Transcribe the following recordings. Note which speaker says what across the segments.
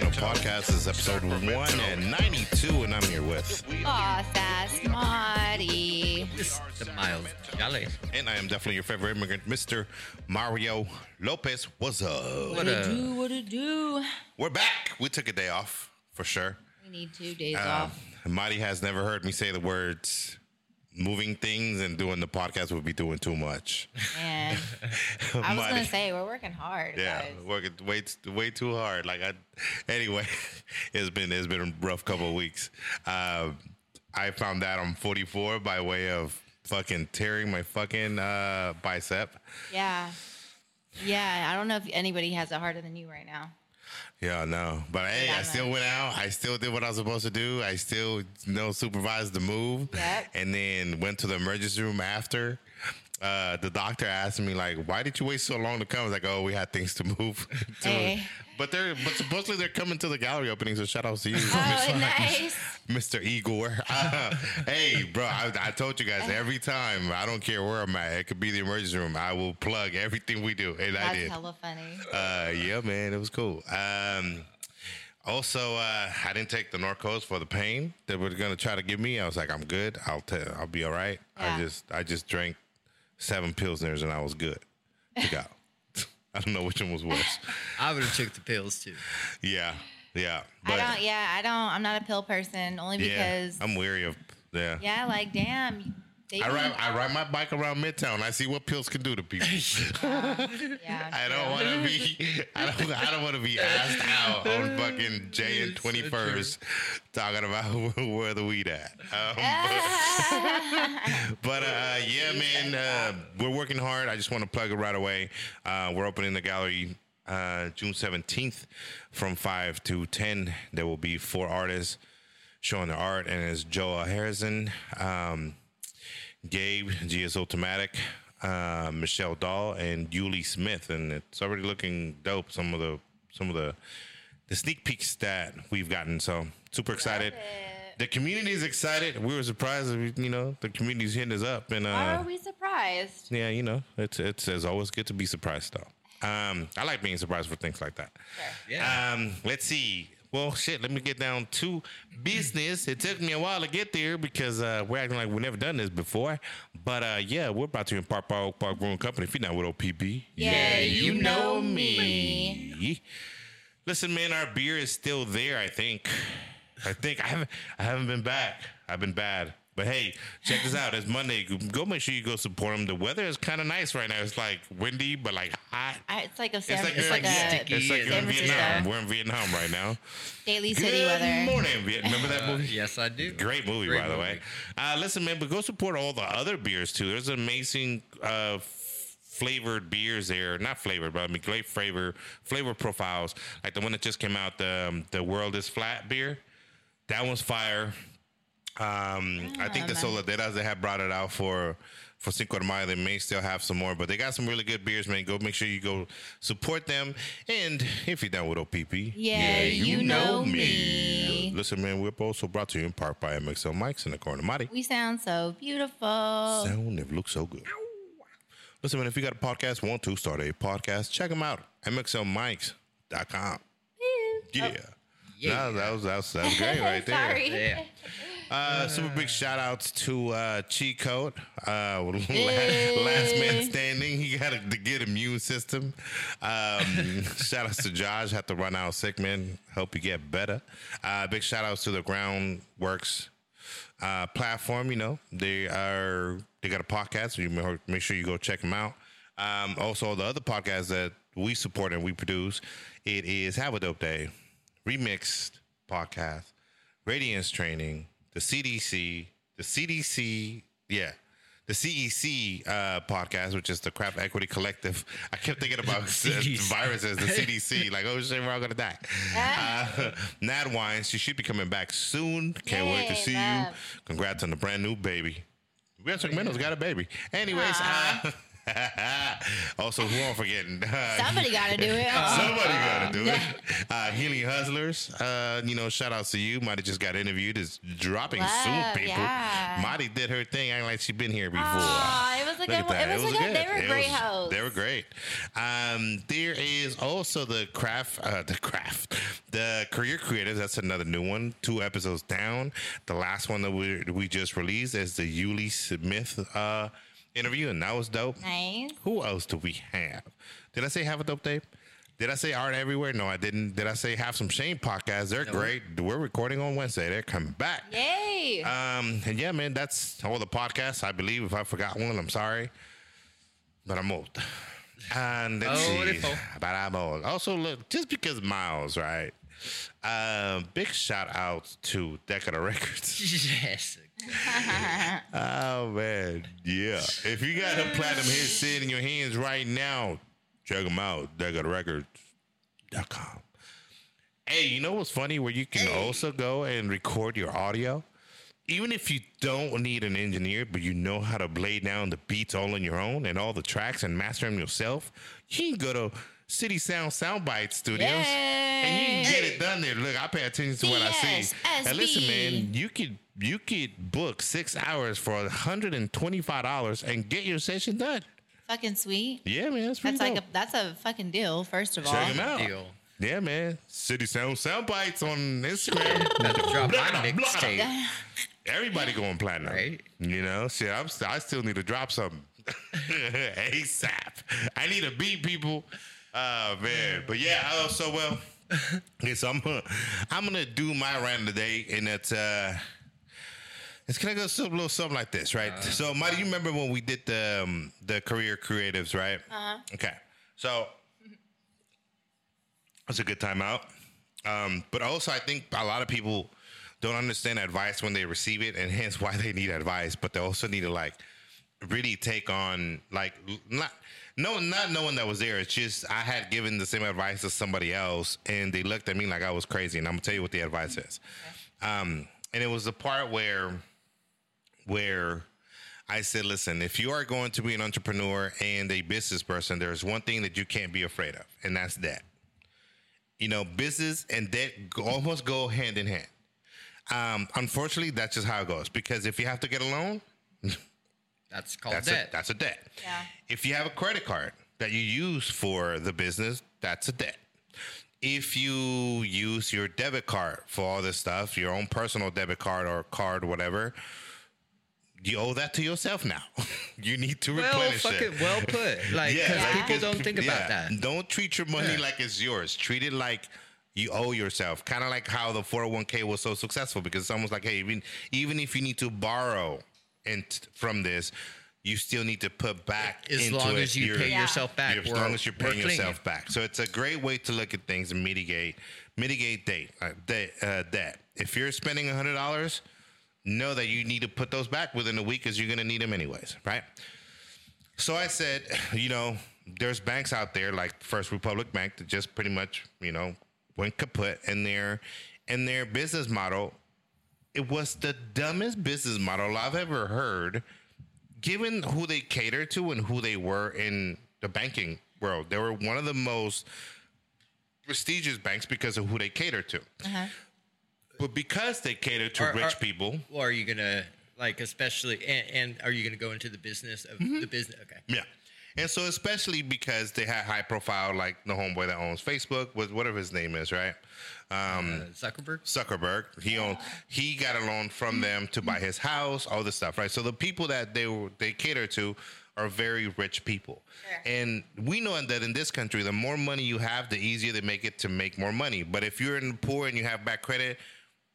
Speaker 1: Podcast is episode 192, and I'm here with.
Speaker 2: Aw, Sass, Marty.
Speaker 3: Mr. Miles Jolly.
Speaker 1: And I am definitely your favorite immigrant, Mr. Mario Lopez. What's up?
Speaker 3: What a,
Speaker 2: what to do?
Speaker 1: We're back. We took a day off for sure.
Speaker 2: We need two days
Speaker 1: Um,
Speaker 2: off.
Speaker 1: Marty has never heard me say the words moving things and doing the podcast would be doing too much.
Speaker 2: And I was
Speaker 1: Marty.
Speaker 2: gonna say we're working hard.
Speaker 1: Yeah,
Speaker 2: guys.
Speaker 1: working way t- way too hard. Like I, anyway, it's been it's been a rough couple of weeks. Uh, I found out I'm 44 by way of fucking tearing my fucking uh, bicep.
Speaker 2: yeah, yeah. I don't know if anybody has it harder than you right now.
Speaker 1: Yeah, no, but hey, I
Speaker 2: Yeah,
Speaker 1: still
Speaker 2: man.
Speaker 1: went out. I still did what I was supposed to do. I still you know supervised the move,
Speaker 2: Yep.
Speaker 1: and then went to the emergency room after. Uh, the doctor asked me like, "Why did you wait so long to come?" I was like, "Oh, we had things to move." to."
Speaker 2: Hey.
Speaker 1: But they're but supposedly they're coming to the gallery opening. So shout out to you, Mr.
Speaker 2: Oh, nice.
Speaker 1: Mr. Igor. Uh, hey, bro, I, I told you
Speaker 2: Eh.
Speaker 1: guys every time. I don't care where I'm at. It could be the emergency room. I will plug everything we do, and I
Speaker 2: That's
Speaker 1: did.
Speaker 2: hella funny.
Speaker 1: Uh, yeah, man, it was cool. Um, also, uh, I didn't take the Norcos for the pain they were gonna try to give me. I was like, I'm good. I'll t- I'll be all right. I
Speaker 2: Yeah.
Speaker 1: just I just drank seven pilsners and I was good to go. I don't know which one was worse.
Speaker 3: I would have took the pills too.
Speaker 1: yeah, yeah.
Speaker 2: I don't. Yeah, I don't. I'm not a pill person. Only
Speaker 1: yeah,
Speaker 2: because.
Speaker 1: I'm weary of yeah.
Speaker 2: yeah, like damn. They
Speaker 1: I ride
Speaker 2: can-
Speaker 1: I ride my bike around Midtown. I see what pills can do to people.
Speaker 2: yeah,
Speaker 1: I don't want to be. I don't. I don't want to be asked out on fucking J and
Speaker 3: It's so
Speaker 1: twenty
Speaker 3: true.
Speaker 1: first talking about where the weed at.
Speaker 2: Ah!
Speaker 1: Um, but, but, uh, yeah, man, uh, we're working hard. I just want to plug it right away. Uh, we're opening the gallery. Uh, June 17th from 5 to 10. There will be four artists showing their art, and it's Joel Harrison, um, Gabe, GS Automatic, uh, Michelle Dahl, and Yuli Smith, and it's already looking dope. Some of the some of the the sneak peeks that we've gotten. So super excited.
Speaker 2: it.
Speaker 1: The community is excited. We were surprised, that we- you know, the community's hitting us up, and
Speaker 2: Why are
Speaker 1: uh,
Speaker 2: we surprised?
Speaker 1: yeah, you know, it's it's, it's always good to be surprised though. Um, I like being surprised for things like that.
Speaker 3: Yeah.
Speaker 1: Um, let's see. Well, shit, let me get down to business. It took me a while to get there because uh, we're acting like we've never done this before. But uh, yeah, we're about to impart Park Park Brewing Company. If you're not with OPB,
Speaker 2: Yeah, you know
Speaker 1: me. Listen, man, our beer is still there. I think. I think I haven't. I haven't been back. I've been bad. But hey, check this out. It's Monday. Go make sure you go support them. The weather is kind of nice right now. It's like windy, but like hot.
Speaker 2: I, it's like a
Speaker 1: Uh. It's
Speaker 2: San,
Speaker 1: like,
Speaker 2: it's
Speaker 1: you're
Speaker 2: like
Speaker 1: in-
Speaker 2: a
Speaker 3: sticky
Speaker 1: it's like you're
Speaker 2: San
Speaker 1: in Vietnam.
Speaker 2: Francisco.
Speaker 1: We're in Vietnam right now.
Speaker 2: daily
Speaker 1: Good
Speaker 2: city weather.
Speaker 1: morning, Vietnam. Remember that
Speaker 3: Uh,
Speaker 1: movie?
Speaker 3: yes, I do.
Speaker 1: Great movie,
Speaker 3: Great
Speaker 1: by the way.
Speaker 3: movie.
Speaker 1: Uh, listen, man, but go support all the other beers too. There's amazing uh, f- flavored beers there. Not flavored, but I mean great flavor flavor profiles. Like the one that just came out, the um, the World is Flat beer. That one's fire. Um, I think the Soladeras they have brought it out for for Cinco de Mayo. They may still have some more, but they got some really good beers, man. Go make sure you go support them. And if you're down with OPP,
Speaker 2: Yeah, you know me.
Speaker 1: Listen, man, we're also brought to you in part by MXL Mics in the corner. Mighty
Speaker 2: We sound so beautiful.
Speaker 1: sound it looks so good. Listen, man, if you got a podcast, want to start a podcast, check them out. MXLMics.com. Yeah.
Speaker 3: Yeah.
Speaker 1: Nah, That, was, that was that was great right there.
Speaker 2: Sorry.
Speaker 3: Yeah.
Speaker 1: Uh, super big shout outs to uh, Cheat Code, uh, last, last man standing. He got a, the good immune system. Um, shout outs to Josh, have to run out sick, man. Hope you get better. Uh, big shout outs to the Groundworks uh, platform. You know, they are they got a podcast. So you ma- make sure you go check them out. Um, also, the other podcast that we support and we produce, it is Have a Dope Day, Remixed Podcast, Radiance Training, the CDC, the CDC, yeah. The CEC uh, podcast, which is the Crap Equity Collective. I kept thinking about
Speaker 3: CDC.
Speaker 1: viruses, the CDC, like, oh shit, we're all gonna die. Uh, Nad Wine, she should be coming back soon. Can't wait to
Speaker 2: Yay,
Speaker 1: see you.
Speaker 2: love.
Speaker 1: Congrats on the brand new baby. We got Sacramento's got a baby. Anyways, uh, also, who am I forgetting? Uh,
Speaker 2: Somebody got to do it. Oh,
Speaker 1: Somebody got to do it. Uh, Healy Hustlers, uh, you know, shout outs to you. Mighty just got interviewed. Is dropping
Speaker 2: Wow,
Speaker 1: soon, people.
Speaker 2: yeah.
Speaker 1: Mighty did her thing, acting like she been here before.
Speaker 2: Aw, it was a
Speaker 1: Look
Speaker 2: good
Speaker 1: at
Speaker 2: one.
Speaker 1: that.
Speaker 2: It was a good- they were
Speaker 1: It
Speaker 2: great
Speaker 1: was-
Speaker 2: hosts.
Speaker 1: They were great. Um, there is also the craft, uh, the craft, the career creators. That's another new one. Two episodes down. The last one that we we just released is the Yuli Smith uh, interview, and that was dope.
Speaker 2: Nice.
Speaker 1: Who else do we have? Did I say have a dope day? Did I say art everywhere? No, I didn't. Did I say have some shame podcasts? They're great. We're recording on Wednesday. They're coming back.
Speaker 2: Yay.
Speaker 1: Um, and yeah, man, that's all the podcasts. I believe if I forgot one, I'm sorry, but I'm old. And let's
Speaker 3: Oh,
Speaker 1: see,
Speaker 3: wonderful.
Speaker 1: but I'm old. Also, look, just because Miles, right? Um, big shout out to Decada Records.
Speaker 3: yes.
Speaker 1: Oh man, yeah. If you got a platinum hit sitting in your hands right now, check them out. DeckOfTheRecords.com. Hey, you know what's funny? Where you can also go and record your audio, even if you don't need an engineer, but you know how to lay down the beats all on your own and all the tracks and master them yourself. You can go to City Sound Soundbite Studios. And you can get it done there. Look, I pay attention to what I see. And listen, man,
Speaker 2: CSSB.
Speaker 1: you could you could book six hours for hundred and twenty five dollars and get your session done.
Speaker 2: fucking sweet.
Speaker 1: Yeah, man, that's pretty
Speaker 2: That's like a
Speaker 1: dope.
Speaker 2: that's a fucking deal. First of all,
Speaker 1: Check 'em out.
Speaker 3: Deal.
Speaker 1: Yeah, man. City Sound sound bites on Instagram.
Speaker 3: About to drop my
Speaker 1: Blah, blah, blah.
Speaker 3: mixtape.
Speaker 1: Everybody going platinum,
Speaker 3: Right.
Speaker 1: You know, shit. I'm st- I still need to drop something ASAP. I need to beat people. Oh man, but yeah. Oh, so well. Okay, so I'm gonna I'm gonna do my rant today, and it's uh, it's gonna go some little something like this, right? so, Marty, you remember when we did the um, the career creatives, right? Uh-huh. Okay, so it's a good time out. Um, but also, I think a lot of people don't understand advice when they receive it, and hence why they need advice. But they also need to like really take on like l- not no not knowing that was there. It's just I had given the same advice to somebody else, and they looked at me like I was crazy. And I'm gonna tell you what the advice is. Um, and it was the part where where I said, listen, if you are going to be an entrepreneur and a business person, there's one thing that you can't be afraid of, and that's debt. You know, business and debt go- almost go hand in hand. Um, unfortunately, that's just how it goes because if you have to get a loan,
Speaker 3: That's called
Speaker 1: that's
Speaker 3: debt.
Speaker 1: a that's a debt.
Speaker 2: Yeah.
Speaker 1: If you have a credit card that you use for the business, that's a debt. If you use your debit card for all this stuff, your own personal debit card or card, whatever, you owe that to yourself now. you need to
Speaker 3: well,
Speaker 1: replenish
Speaker 3: fuck
Speaker 1: it.
Speaker 3: it. Well put. Like, because
Speaker 2: like,
Speaker 3: people
Speaker 1: because
Speaker 3: don't think
Speaker 1: peop-
Speaker 3: about
Speaker 1: yeah,
Speaker 3: that.
Speaker 1: Don't treat your money
Speaker 3: Yeah.
Speaker 1: like it's yours. Treat it like you owe yourself. Kind of like how the 401k was so successful because it's almost like, hey, even, even if you need to borrow and t- from this, you still need to put back
Speaker 3: As
Speaker 1: into
Speaker 3: long
Speaker 1: it
Speaker 3: as you
Speaker 1: your-
Speaker 3: pay
Speaker 2: Yeah.
Speaker 3: yourself back.
Speaker 1: as
Speaker 3: we're-
Speaker 1: long as you're
Speaker 3: we're
Speaker 1: paying
Speaker 3: clean.
Speaker 1: yourself back. So it's a great way to look at things and mitigate mitigate debt. Uh, debt, uh, debt. If you're spending hundred dollars, know that you need to put those back within a week because you're going to need them anyways, right? So I said, you know, there's banks out there like First Republic Bank that just pretty much, you know, went kaput, and their and their business model it was the dumbest business model I've ever heard, given who they catered to and who they were in the banking world. They were one of the most prestigious banks because of who they catered to.
Speaker 2: Uh-huh.
Speaker 1: But because they catered to
Speaker 3: Are-
Speaker 1: rich
Speaker 3: are-
Speaker 1: people,
Speaker 3: Well, are you gonna like, especially, and, and are you gonna go into the business of the business? Okay.
Speaker 1: yeah. And so, especially because they had high profile, like the homeboy that owns Facebook, was whatever his name is, right? Um,
Speaker 3: Uh, Zuckerberg.
Speaker 1: Zuckerberg. He owned. He got a loan from them to buy his house, all this stuff, right? So the people that they were they cater to are very rich people,
Speaker 2: Sure.
Speaker 1: and we know that in this country, the more money you have, the easier they make it to make more money. But if you're in poor and you have bad credit.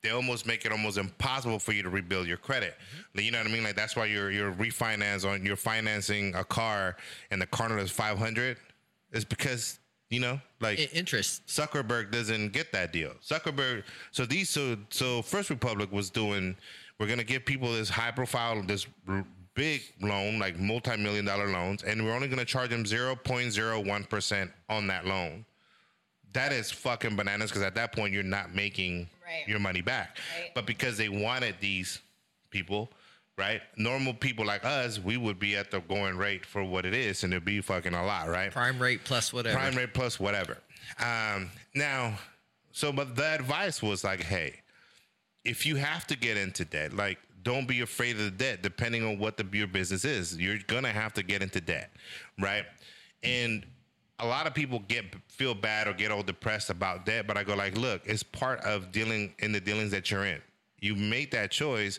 Speaker 1: They almost make it almost impossible for you to rebuild your credit. Like, You know what I mean? Like that's why you're you're refinance on you're financing a car and the car note is five hundred, is because you know like
Speaker 3: I- interest.
Speaker 1: Zuckerberg doesn't get that deal. Zuckerberg. So these. So so First Republic was doing. We're gonna give people this high profile, this r- big loan, like multi million dollar loans, and we're only gonna charge them zero point zero one percent on that loan. That is fucking bananas because at that point you're not making
Speaker 2: Right.
Speaker 1: your money back.
Speaker 2: Right.
Speaker 1: But because they wanted these people, right? Normal people like us, we would be at the going rate for what it is, and it'd be fucking a lot, right?
Speaker 3: Prime rate plus whatever.
Speaker 1: Prime rate plus whatever. Um, now, so but the advice was like, hey, if you have to get into debt, like don't be afraid of the debt. Depending on what the your business is, you're gonna have to get into debt, right? And a lot of people get feel bad or get all depressed about debt, but I go like, look, it's part of dealing in the dealings that you're in. You made that choice,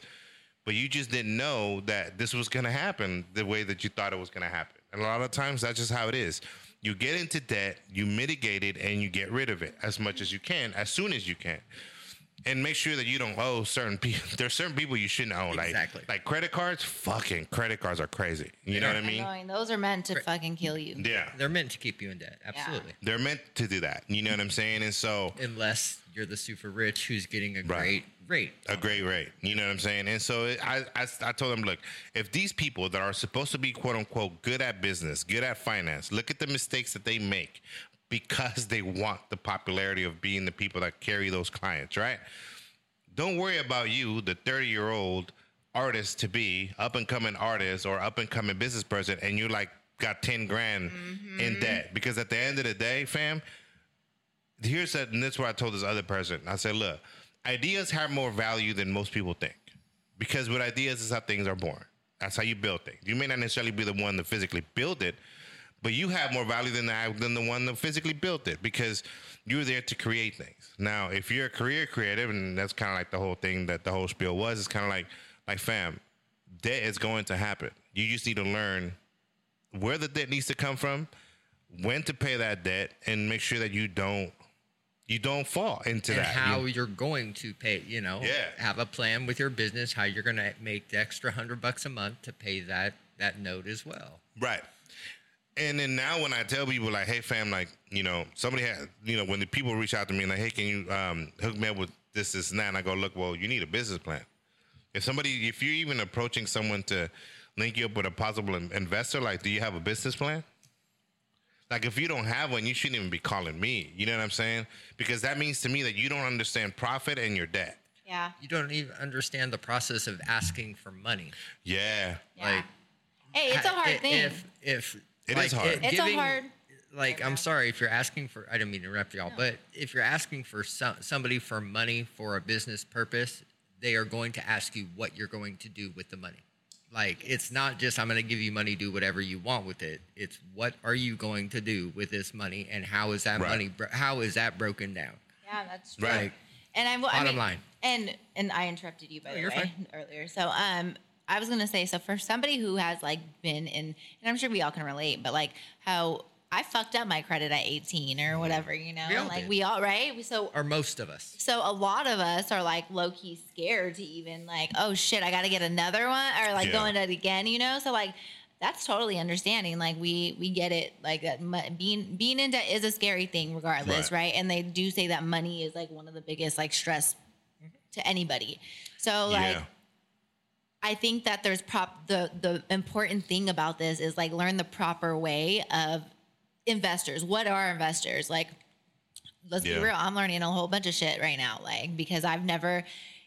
Speaker 1: but you just didn't know that this was gonna happen the way that you thought it was gonna happen. And a lot of times that's just how it is. You get into debt, you mitigate it, and you get rid of it as much as you can, as soon as you can and make sure that you don't owe certain people. There's certain people you shouldn't owe, like
Speaker 3: Exactly.
Speaker 1: like credit cards. Fucking credit cards are crazy. You know what I mean?
Speaker 2: Annoying. Those are meant to fucking kill you.
Speaker 1: Yeah,
Speaker 3: They're meant to keep you in debt. Absolutely.
Speaker 1: they're meant to do that. You know what I'm saying? And so
Speaker 3: Unless you're the super rich who's getting a
Speaker 1: Right.
Speaker 3: great rate.
Speaker 1: a great rate. You know what I'm saying? And so it, I, I I told them, look, if these people that are supposed to be quote unquote good at business, good at finance, look at the mistakes that they make because they want the popularity of being the people that carry those clients, right? don't worry about you, the 30 year old artist to be, up and coming artist or up and coming business person, and you like got 10 grand in debt. Because at the end of the day, fam, here's that, and that's what I told this other person. I said, look, ideas have more value than most people think. Because with ideas is how things are born. That's how you build things. You may not necessarily be the one to physically build it, but you have more value than the, than the one that physically built it because you're there to create things. Now, if you're a career creative, and that's kind of like the whole thing that the whole spiel was, it's kind of like, like fam, debt is going to happen. You just need to learn where the debt needs to come from, when to pay that debt, and make sure that you don't you don't fall into
Speaker 3: And
Speaker 1: that.
Speaker 3: how
Speaker 1: You-
Speaker 3: you're going to pay, you know,
Speaker 1: Yeah.
Speaker 3: have a plan with your business, how you're going to make the extra hundred bucks a month to pay that that note as well.
Speaker 1: Right. And then now when I tell people like, hey fam, like, you know, somebody had you know, when the people reach out to me and like, hey, can you um hook me up with this, this, and that, and I go, look, well, you need a business plan. If somebody if you're even approaching someone to link you up with a possible in- investor, like, do you have a business plan? Like if you don't have one, you shouldn't even be calling me. You know what I'm saying? Because that means to me that you don't understand profit and your debt.
Speaker 2: Yeah.
Speaker 3: You don't even understand the process of asking for money.
Speaker 1: Yeah.
Speaker 2: Yeah.
Speaker 3: Like,
Speaker 2: hey, it's a hard
Speaker 3: I-
Speaker 2: thing.
Speaker 3: If if
Speaker 1: It
Speaker 3: like,
Speaker 1: is hard.
Speaker 2: It's a hard-
Speaker 3: Like
Speaker 2: Yeah.
Speaker 3: I'm sorry if you're asking for. I didn't mean to interrupt y'all, but if you're asking for some, somebody for money for a business purpose, they are going to ask you what you're going to do with the money. Like it's not just I'm going to give you money, do whatever you want with it. It's what are you going to do with this money, and how is that
Speaker 1: Right.
Speaker 3: money? Bro- how is that broken down?
Speaker 2: Yeah, that's true.
Speaker 1: Right.
Speaker 2: And I, I
Speaker 3: Bottom
Speaker 2: mean,
Speaker 3: line.
Speaker 2: And and I interrupted you by the
Speaker 3: you're
Speaker 2: way
Speaker 3: fine.
Speaker 2: earlier. So um, I was gonna say so for somebody who has like been in, and I'm sure we all can relate, but like how I fucked up my credit at 18 or whatever, you know,
Speaker 3: Mm-hmm. We all
Speaker 2: like
Speaker 3: did.
Speaker 2: we all right. We- So
Speaker 3: Or most of us.
Speaker 2: so a lot of us are like low key scared to even like, oh shit, I got to get another one or like
Speaker 1: Yeah.
Speaker 2: going at it again, you know? So like that's totally understanding. Like we we get it. Like that mo- being being in debt is a scary thing, regardless,
Speaker 1: Right.
Speaker 2: right. And they do say that money is like one of the biggest like stress to anybody. So like.
Speaker 1: yeah.
Speaker 2: I think that there's prop the the important thing about this is like learn the proper way of investors. What are investors? Like let's
Speaker 1: Yeah.
Speaker 2: be real, I'm learning a whole bunch of shit right now like because I've never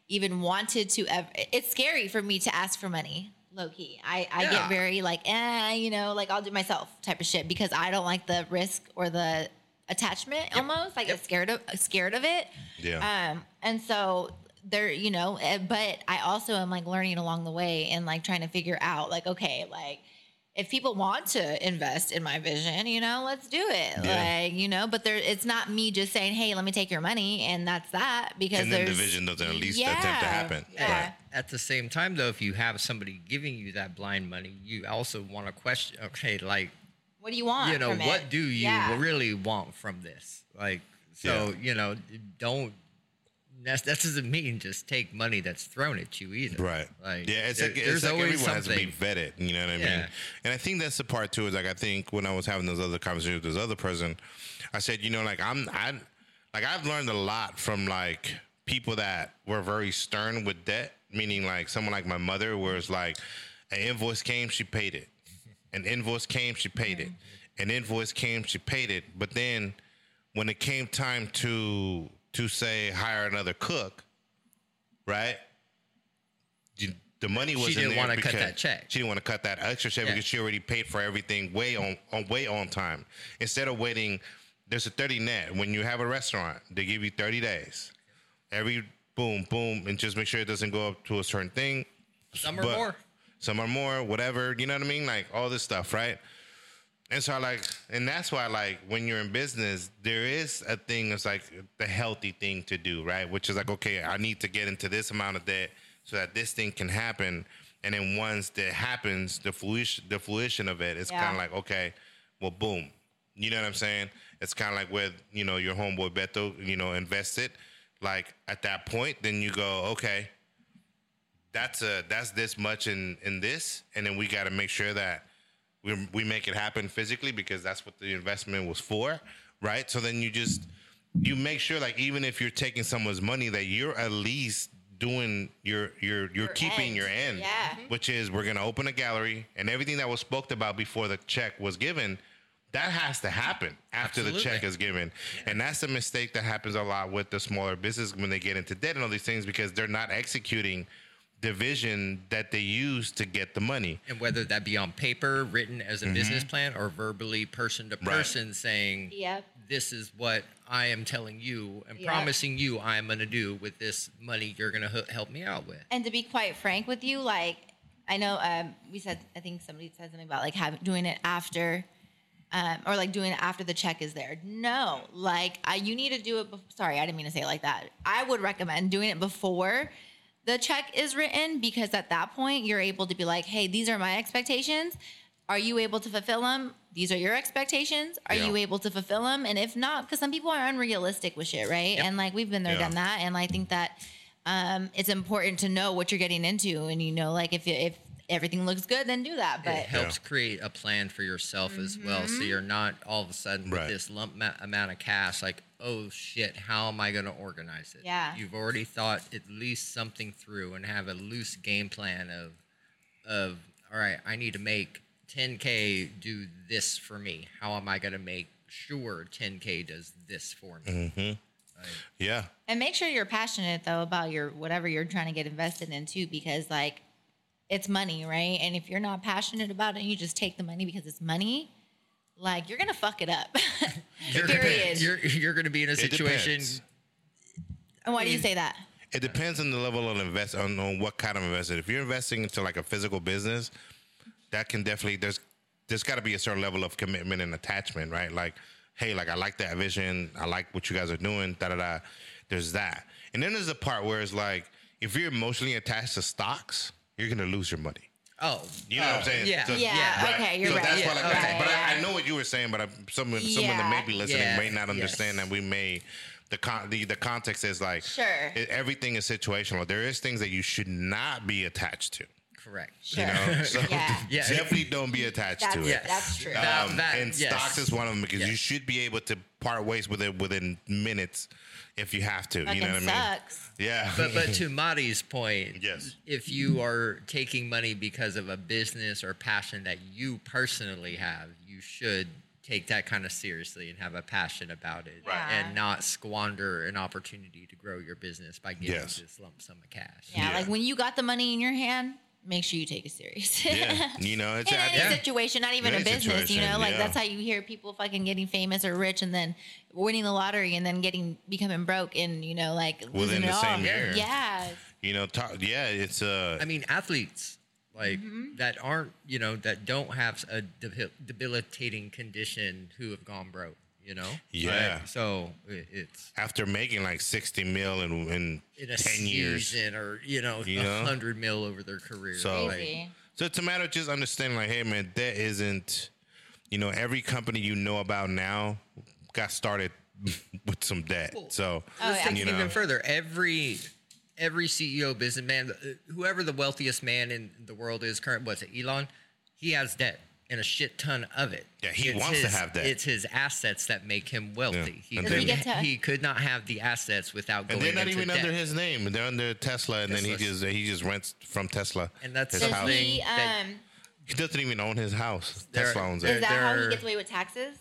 Speaker 2: even wanted to ever it's scary for me to ask for money. Low key, I, I
Speaker 3: Yeah.
Speaker 2: get very like, eh, you know, like I'll do myself type of shit because I don't like the risk or the attachment almost. Like
Speaker 3: Yep.
Speaker 2: I'm scared of scared of it.
Speaker 1: Yeah.
Speaker 2: Um, and so there, you know, eh, but I also am like learning along the way and like trying to figure out like, okay, like if people want to invest in my vision, you know, let's do it.
Speaker 1: Yeah.
Speaker 2: Like, you know, but there, it's not me just saying, hey, let me take your money and that's that because
Speaker 1: and then the
Speaker 2: there's
Speaker 1: vision doesn't at least
Speaker 2: Yeah.
Speaker 1: attempt to happen.
Speaker 2: Yeah.
Speaker 1: Right.
Speaker 3: At the same time, though, if you have somebody giving you that blind money, you also want to question. Okay, like
Speaker 2: what do you want?
Speaker 3: you know
Speaker 2: from it?
Speaker 3: what do you
Speaker 2: Yeah.
Speaker 3: really want from this like so
Speaker 1: Yeah.
Speaker 3: you know don't that's, that doesn't mean just take money that's thrown at you either
Speaker 1: Right.
Speaker 3: like
Speaker 1: yeah, it's
Speaker 3: there-
Speaker 1: like, it's like everyone has to be
Speaker 3: something
Speaker 1: vetted. You know what I mean?
Speaker 3: Yeah.
Speaker 1: And I think that's the part too. Is like I think when I was having those other conversations with this other person, I said, you know, like I'm, I, like I've learned a lot from like people that were very stern with debt. Meaning like someone like my mother, where it's like an invoice came, she paid it. An invoice came, she paid it.
Speaker 3: Mm-hmm.
Speaker 1: An invoice came, she paid it. But then when it came time to to say hire another cook, right? you- the money wasn't
Speaker 3: didn't
Speaker 1: there
Speaker 3: wanna cut
Speaker 1: because
Speaker 3: that check.
Speaker 1: She didn't want to cut that extra check
Speaker 3: Yeah.
Speaker 1: because she already paid for everything way on, on way on time. Instead of waiting, there's a 30 net. When you have a restaurant, they give you 30 days. Every boom, boom, and just make sure it doesn't go up to a certain thing.
Speaker 3: Some are
Speaker 1: But-
Speaker 3: more.
Speaker 1: Some are more, whatever. You know what I mean? Like all this stuff, right? And so I like, and that's why like when you're in business, there is a thing that's like the healthy thing to do, right? Which is like, okay, I need to get into this amount of debt so that this thing can happen. And then once that happens, the fruition, the fruition of it, it's
Speaker 2: Yeah.
Speaker 1: kind of like, okay, well, boom. You know what I'm saying? It's kind of like where you know your homeboy Beto, you know, invested. Like at that point, then you go, okay, that's a that's this much in in this, and then we got to make sure that we we make it happen physically because that's what the investment was for, right? So then you just you make sure like even if you're taking someone's money that you're at least doing your your you're keeping
Speaker 2: end.
Speaker 1: your end,
Speaker 2: Yeah. Mhm.
Speaker 1: which is we're gonna open a gallery and everything that was spoke about before the check was given. That has to happen after the check
Speaker 3: Absolutely.
Speaker 1: is given. And that's the mistake that happens a lot with the smaller business when they get into debt and all these things because they're not executing the vision that they use to get the money.
Speaker 3: And whether that be on paper, written as a business
Speaker 1: Mm-hmm.
Speaker 3: plan, or verbally, person to person, saying,
Speaker 2: Yep.
Speaker 3: This is what I am telling you and
Speaker 2: Yep.
Speaker 3: promising you I'm going to do with this money you're going to h- help me out with.
Speaker 2: And to be quite frank with you, like I know um, we said, I think somebody said something about like having doing it after, um, or like doing it after the check is there. No, like I, you need to do it. Bef- Sorry, I didn't mean to say it like that. I would recommend doing it before the check is written because at that point you're able to be like, hey, these are my expectations. Are you able to fulfill them? These are your expectations. Are
Speaker 1: Yeah.
Speaker 2: you able to fulfill them? And if not, because some people are unrealistic with shit, right? And like we've been there,
Speaker 1: Yeah.
Speaker 2: done that. And I think that um, it's important to know what you're getting into, and you know, like if if everything looks good, then do that.
Speaker 3: it
Speaker 2: But Mm-hmm.
Speaker 3: helps create a plan for yourself as well. So you're not all of a sudden
Speaker 1: Right.
Speaker 3: with this lump ma- amount of cash, like, oh shit, how am I going to organize it?
Speaker 2: Yeah.
Speaker 3: You've already thought at least something through and have a loose game plan of, of all right, I need to make 10K do this for me. How am I going to make sure 10K does this for me?
Speaker 1: Mm-hmm. Yeah.
Speaker 2: And make sure you're passionate though about your whatever you're trying to get invested in too, because like it's money, right? And if you're not passionate about it, you just take the money because it's money. Like you're gonna fuck it up.
Speaker 3: You're gonna-
Speaker 2: Period.
Speaker 3: You're, you're going to be in a situation.
Speaker 1: depends.
Speaker 2: and why do you say that?
Speaker 1: It depends on the level of invest on, on what kind of investment. If you're investing into like a physical business, that can definitely there's there's got to be a certain level of commitment and attachment, right? Like, hey, like I like that vision, I like what you guys are doing, da da da. There's that, and then there's the part where it's like if you're emotionally attached to stocks, you're gonna lose your money.
Speaker 3: Oh,
Speaker 1: You know what I'm
Speaker 3: oh,
Speaker 1: saying?
Speaker 3: Yeah.
Speaker 1: So-
Speaker 2: Yeah, okay, you're
Speaker 1: so
Speaker 2: right.
Speaker 1: That's
Speaker 2: Yeah,
Speaker 1: why, like,
Speaker 3: okay.
Speaker 1: that's- but I,
Speaker 2: Yeah.
Speaker 1: I know what you were saying, but I, someone, someone
Speaker 2: Yeah.
Speaker 1: that may be listening
Speaker 3: Yeah,
Speaker 1: may not
Speaker 3: yes.
Speaker 1: understand that we may. The, con- the the context is like
Speaker 2: Sure.
Speaker 1: it- everything is situational. There is things that you should not be attached to.
Speaker 3: Correct.
Speaker 2: Sure.
Speaker 1: You know, so
Speaker 2: Yeah.
Speaker 3: Yeah.
Speaker 1: definitely don't be attached
Speaker 2: That's,
Speaker 1: to it.
Speaker 3: Yes.
Speaker 2: that's true.
Speaker 3: That-
Speaker 1: Um, and
Speaker 3: yes.
Speaker 1: stocks is one of them because you
Speaker 3: Yes.
Speaker 1: should be able to part ways with it within minutes if you have to.
Speaker 2: Fucking
Speaker 1: you know what I mean?
Speaker 2: sucks.
Speaker 1: Yeah.
Speaker 3: but but to Marty's point,
Speaker 1: Yes.
Speaker 3: if you are taking money because of a business or passion that you personally have, you should take that kind of seriously and have a passion about it,
Speaker 2: Right.
Speaker 3: and not squander an opportunity to grow your business by getting
Speaker 1: Yes.
Speaker 3: this lump sum of cash.
Speaker 2: Yeah,
Speaker 1: Yeah.
Speaker 2: like when you got the money in your hand, make sure you take it serious.
Speaker 1: yeah. You know, it's
Speaker 2: in
Speaker 1: I-
Speaker 2: any
Speaker 1: yeah.
Speaker 2: situation, not even
Speaker 1: In
Speaker 2: a
Speaker 1: any
Speaker 2: business, you
Speaker 1: situation,
Speaker 2: know, like
Speaker 1: yeah.
Speaker 2: that's how you hear people fucking getting famous or rich and then winning the lottery and then getting becoming broke and you know like losing
Speaker 1: the
Speaker 2: it all.
Speaker 1: same year.
Speaker 2: Yeah,
Speaker 1: you know, ta yeah, it's uh,
Speaker 3: I mean, athletes like that aren't you know that don't have a debil- debilitating condition who have gone broke. You know.
Speaker 1: Yeah.
Speaker 3: Like, so it, it's.
Speaker 1: after making like 60 mil in, in,
Speaker 3: in a
Speaker 1: 10 years.
Speaker 3: season or you know
Speaker 1: You know?
Speaker 3: a hundred mil over their career.
Speaker 1: So-
Speaker 3: like,
Speaker 2: crazy.
Speaker 1: So it's a matter of just understanding like, hey man, that isn't, you know, every company you know about now got started with some debt. So,
Speaker 2: Oh,
Speaker 3: let's
Speaker 2: yeah.
Speaker 3: take
Speaker 1: you
Speaker 3: it
Speaker 1: know,
Speaker 3: even further. Every every CEO, businessman, uh, whoever the wealthiest man in the world is current, what's it, Elon? He has debt and a shit ton of it.
Speaker 1: Yeah, he wants to
Speaker 3: his-
Speaker 1: have debt.
Speaker 3: It's his assets that make him wealthy.
Speaker 1: Yeah, and
Speaker 3: He,
Speaker 1: then-
Speaker 3: couldn't-
Speaker 2: Does he get to-
Speaker 3: he could not have the assets without going
Speaker 1: and they're not
Speaker 3: into
Speaker 1: even
Speaker 3: debt.
Speaker 1: under his name. They're under Tesla, and then he
Speaker 3: Tesla's.
Speaker 1: just he just rents from Tesla.
Speaker 3: And that's
Speaker 1: his
Speaker 3: the
Speaker 1: house.
Speaker 2: Does
Speaker 3: thing.
Speaker 2: he
Speaker 3: that-
Speaker 2: um
Speaker 1: He doesn't even own his house.
Speaker 3: There-
Speaker 1: Tesla owns
Speaker 3: there-
Speaker 2: is
Speaker 1: it.
Speaker 2: that how he
Speaker 3: there-
Speaker 2: gets away with taxes?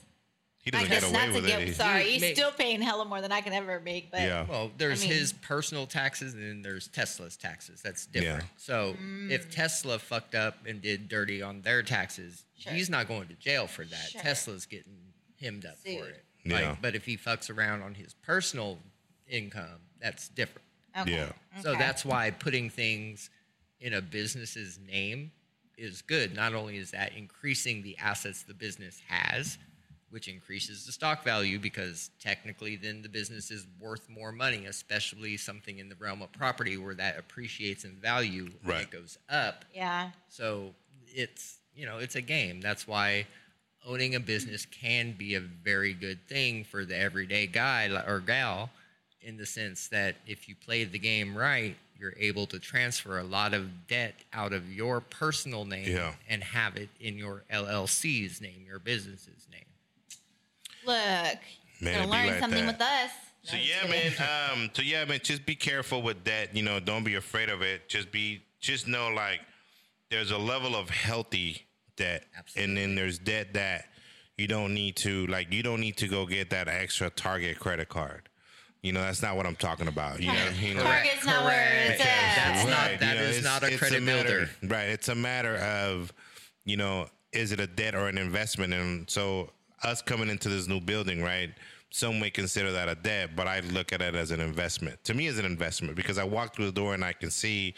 Speaker 1: He
Speaker 2: I
Speaker 1: doesn't get
Speaker 2: guess
Speaker 1: away
Speaker 2: not to
Speaker 1: with
Speaker 2: get
Speaker 1: it.
Speaker 2: sorry.
Speaker 3: Dude,
Speaker 2: He's
Speaker 3: ma-
Speaker 2: still paying hella more than I can ever make. But
Speaker 1: Yeah.
Speaker 3: Well, there's
Speaker 2: mean-
Speaker 3: his personal taxes and then there's Tesla's taxes. That's different.
Speaker 1: Yeah.
Speaker 3: So
Speaker 2: Mm.
Speaker 3: if Tesla fucked up and did dirty on their taxes,
Speaker 2: Sure.
Speaker 3: he's not going to jail for that.
Speaker 2: Sure.
Speaker 3: Tesla's getting hemmed up for
Speaker 2: Sued.
Speaker 3: it.
Speaker 1: Yeah.
Speaker 3: Like, but if he fucks around on his personal income, that's different.
Speaker 2: Okay.
Speaker 1: Yeah.
Speaker 3: So
Speaker 2: Okay.
Speaker 3: that's why putting things in a business's name is good. Not only is that increasing the assets the business has, which increases the stock value because technically then the business is worth more money, especially something in the realm of property where that appreciates in value and
Speaker 1: Right.
Speaker 3: it goes up.
Speaker 2: yeah.
Speaker 3: So it's you know it's a game. That's why owning a business can be a very good thing for the everyday guy li- or gal, in the sense that if you play the game right, you're able to transfer a lot of debt out of your personal name
Speaker 1: Yeah.
Speaker 3: and have it in your LLC's name, your business's name.
Speaker 2: Look,
Speaker 1: Man,
Speaker 2: gonna
Speaker 1: it be
Speaker 2: learn
Speaker 1: like
Speaker 2: something
Speaker 1: that.
Speaker 2: with us. No,
Speaker 1: So
Speaker 2: I'm just
Speaker 1: yeah,
Speaker 2: kidding.
Speaker 1: man. Um, so yeah, man. Just be careful with that. You know, don't be afraid of it. Just be, just know like there's a level of healthy debt, and then there's debt that you don't need to like. You don't need to go get that extra Target credit card. You know, that's not what I'm talking about. You know what I mean? Like,
Speaker 2: Target's not where it's
Speaker 3: Correct. That's
Speaker 2: at.
Speaker 3: not-
Speaker 1: Right,
Speaker 3: that
Speaker 1: you know,
Speaker 3: is
Speaker 1: it's-
Speaker 3: not a
Speaker 1: it's
Speaker 3: credit
Speaker 1: matter-
Speaker 3: builder.
Speaker 1: Right. It's a matter of, you know, is it a debt or an investment? And so us coming into this new building, right? Some may consider that a debt, but I look at it as an investment. To me, it's an investment because I walk through the door and I can see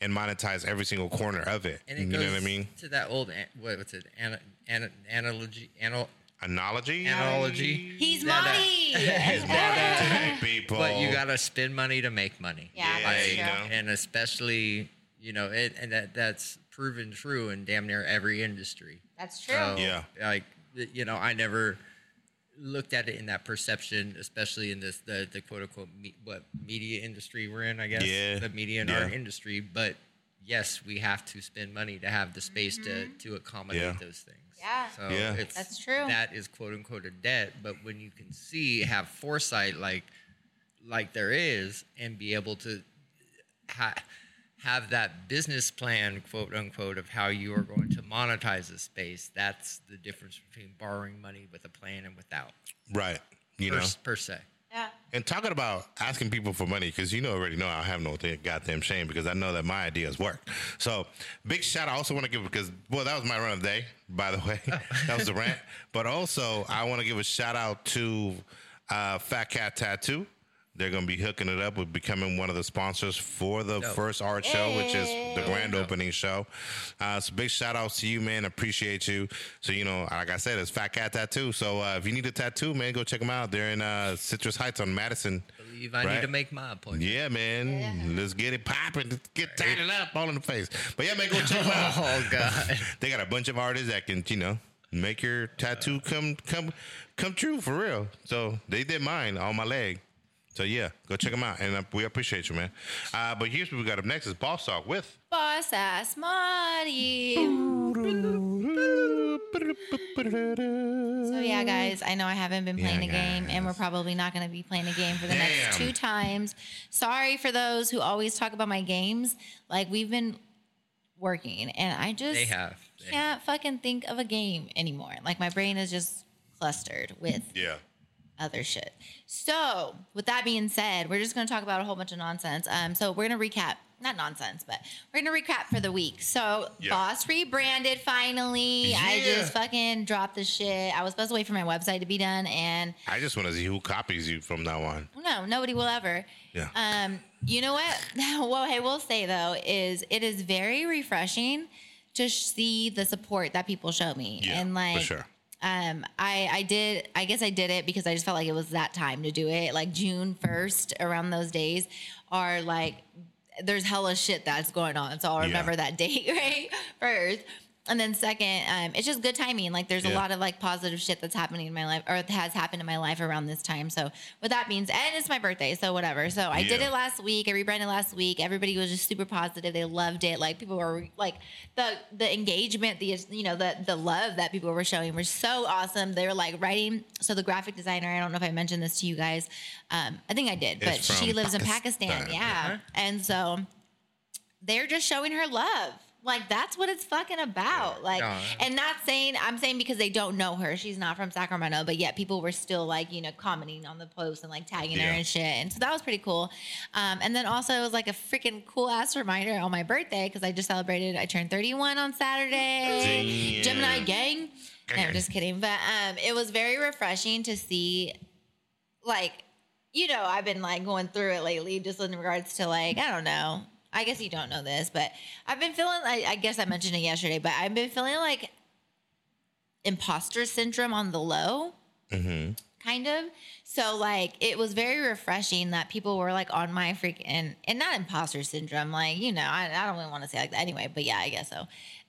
Speaker 1: and monetize every single corner of it.
Speaker 3: And
Speaker 1: you
Speaker 3: it
Speaker 1: know
Speaker 3: goes
Speaker 1: what I mean?
Speaker 3: to that old an- what, what's it ana ana analogy anal,
Speaker 1: Analogy.
Speaker 2: E.
Speaker 3: analogy.
Speaker 2: He's
Speaker 3: That, uh,
Speaker 2: Marty.
Speaker 1: Monetize people.
Speaker 3: But you gotta spend money to make money.
Speaker 2: Yeah,
Speaker 1: Yeah,
Speaker 2: that's
Speaker 1: you
Speaker 2: true.
Speaker 1: know.
Speaker 3: and especially you know it and that that's proven true in damn near every industry
Speaker 2: That's true.
Speaker 3: So,
Speaker 1: Yeah.
Speaker 3: like th- you know i never looked at it in that perception especially in this the, the quote unquote me, what media industry we're in i guess
Speaker 1: Yeah,
Speaker 3: the media and
Speaker 1: yeah.
Speaker 3: art industry but yes we have to spend money to have the space to to accommodate
Speaker 1: Yeah.
Speaker 3: those things
Speaker 2: Mm-hmm. Yeah.
Speaker 3: so
Speaker 1: Yeah.
Speaker 3: it's
Speaker 2: That's true.
Speaker 3: that is quote unquote a debt but when you can see have foresight like like there is and be able to ha- have that business plan, quote unquote, of how you are going to monetize the space. That's the difference between borrowing money with a plan and without,
Speaker 1: right. You
Speaker 3: per,
Speaker 1: know.
Speaker 3: per se.
Speaker 2: yeah.
Speaker 1: And talking about asking people for money, because you know already know I have no th- goddamn shame because I know that my ideas work. So big shout! I also want to give because well that was my run of the day by the way that was the rant. But also I want to give a shout out to uh, Fat Cat Tattoo. They're going to be hooking it up with becoming one of the sponsors for the first art show, which is the grand opening show. Uh, so big shout outs to you, man. Appreciate you. So you know, like I said, it's Fat Cat Tattoo. So uh, if you need a tattoo, man, go check them out. They're in uh, Citrus Heights on Madison.
Speaker 3: Believe I
Speaker 1: Right.
Speaker 3: need to make my appointment.
Speaker 1: Yeah, man. Let's get it popping. Let's get tatted up all in the face. But yeah, man, go check them out.
Speaker 3: Oh God!
Speaker 1: They got a bunch of artists that can, you know, make your tattoo come come come true for real. So they did mine on my leg. So yeah, go check them out, and uh, we appreciate you, man. Uh, but here's what we got up next: is Boss Talk with.
Speaker 2: Boss ass Marty. So yeah, guys, I know I haven't been playing
Speaker 1: Yeah,
Speaker 2: a game, and we're probably not going to be playing a game for the next
Speaker 1: Damn.
Speaker 2: two times. Sorry for those who always talk about my games. Like we've been working, and I just
Speaker 3: They have. They have.
Speaker 2: can't fucking think of a game anymore. Like my brain is just clustered with
Speaker 1: Yeah,
Speaker 2: other shit. So, with that being said, we're just going to talk about a whole bunch of nonsense. Um, so we're going to recap, not nonsense, but we're going to recap for the week. So,
Speaker 1: Yeah.
Speaker 2: Boss rebranded finally. I
Speaker 1: Yeah.
Speaker 2: just fucking dropped the shit. I was supposed to wait for my website to be done, and
Speaker 1: I just want to see who copies you from now on.
Speaker 2: no, nobody will ever.
Speaker 1: Yeah.
Speaker 2: Um, you know what? what I will say though is it is very refreshing to sh- see the support that people show me,
Speaker 1: Yeah,
Speaker 2: and like
Speaker 1: for sure.
Speaker 2: um, I I did I guess I did it because I just felt like it was that time to do it. Like June first, around those days, are like there's hella shit that's going on. So I'll remember that date, right? First. And then second, um, it's just good timing. Like there's a
Speaker 1: Yeah.
Speaker 2: lot of like positive shit that's happening in my life or has happened in my life around this time. So what that means, and it's my birthday, so whatever. So I did
Speaker 1: Yeah.
Speaker 2: it last week. I rebranded last week. Everybody was just super positive. They loved it. Like people were like the the engagement, the you know the the love that people were showing were so awesome. They were like writing. So the graphic designer, I don't know if I mentioned this to you guys. Um, I think I did, but
Speaker 1: It's
Speaker 2: she
Speaker 1: from
Speaker 2: lives in
Speaker 1: Pakistan.
Speaker 2: Pakistan. Yeah, and so they're just showing her love. Like that's what it's fucking about. Like,
Speaker 3: Yeah.
Speaker 2: and not saying I'm saying because they don't know her. She's not from Sacramento, but yet people were still like, you know, commenting on the post and like tagging her
Speaker 1: Yeah.
Speaker 2: and shit. And so that was pretty cool. Um, and then also it was like a freaking cool ass reminder on my birthday because I just celebrated. I turned 31 on Saturday.
Speaker 1: Damn.
Speaker 2: Gemini gang. No, I'm just kidding. But um, it was very refreshing to see, like, you know, I've been like going through it lately, just in regards to like, I don't know. I guess you don't know this, but I've been feeling. I, I guess I mentioned it yesterday, but I've been feeling like imposter syndrome on the low
Speaker 1: Mm-hmm.
Speaker 2: kind of. So like it was very refreshing that people were like on my freaking and not imposter syndrome, like you know I, I don't really want to say it like that anyway, but yeah, I guess so.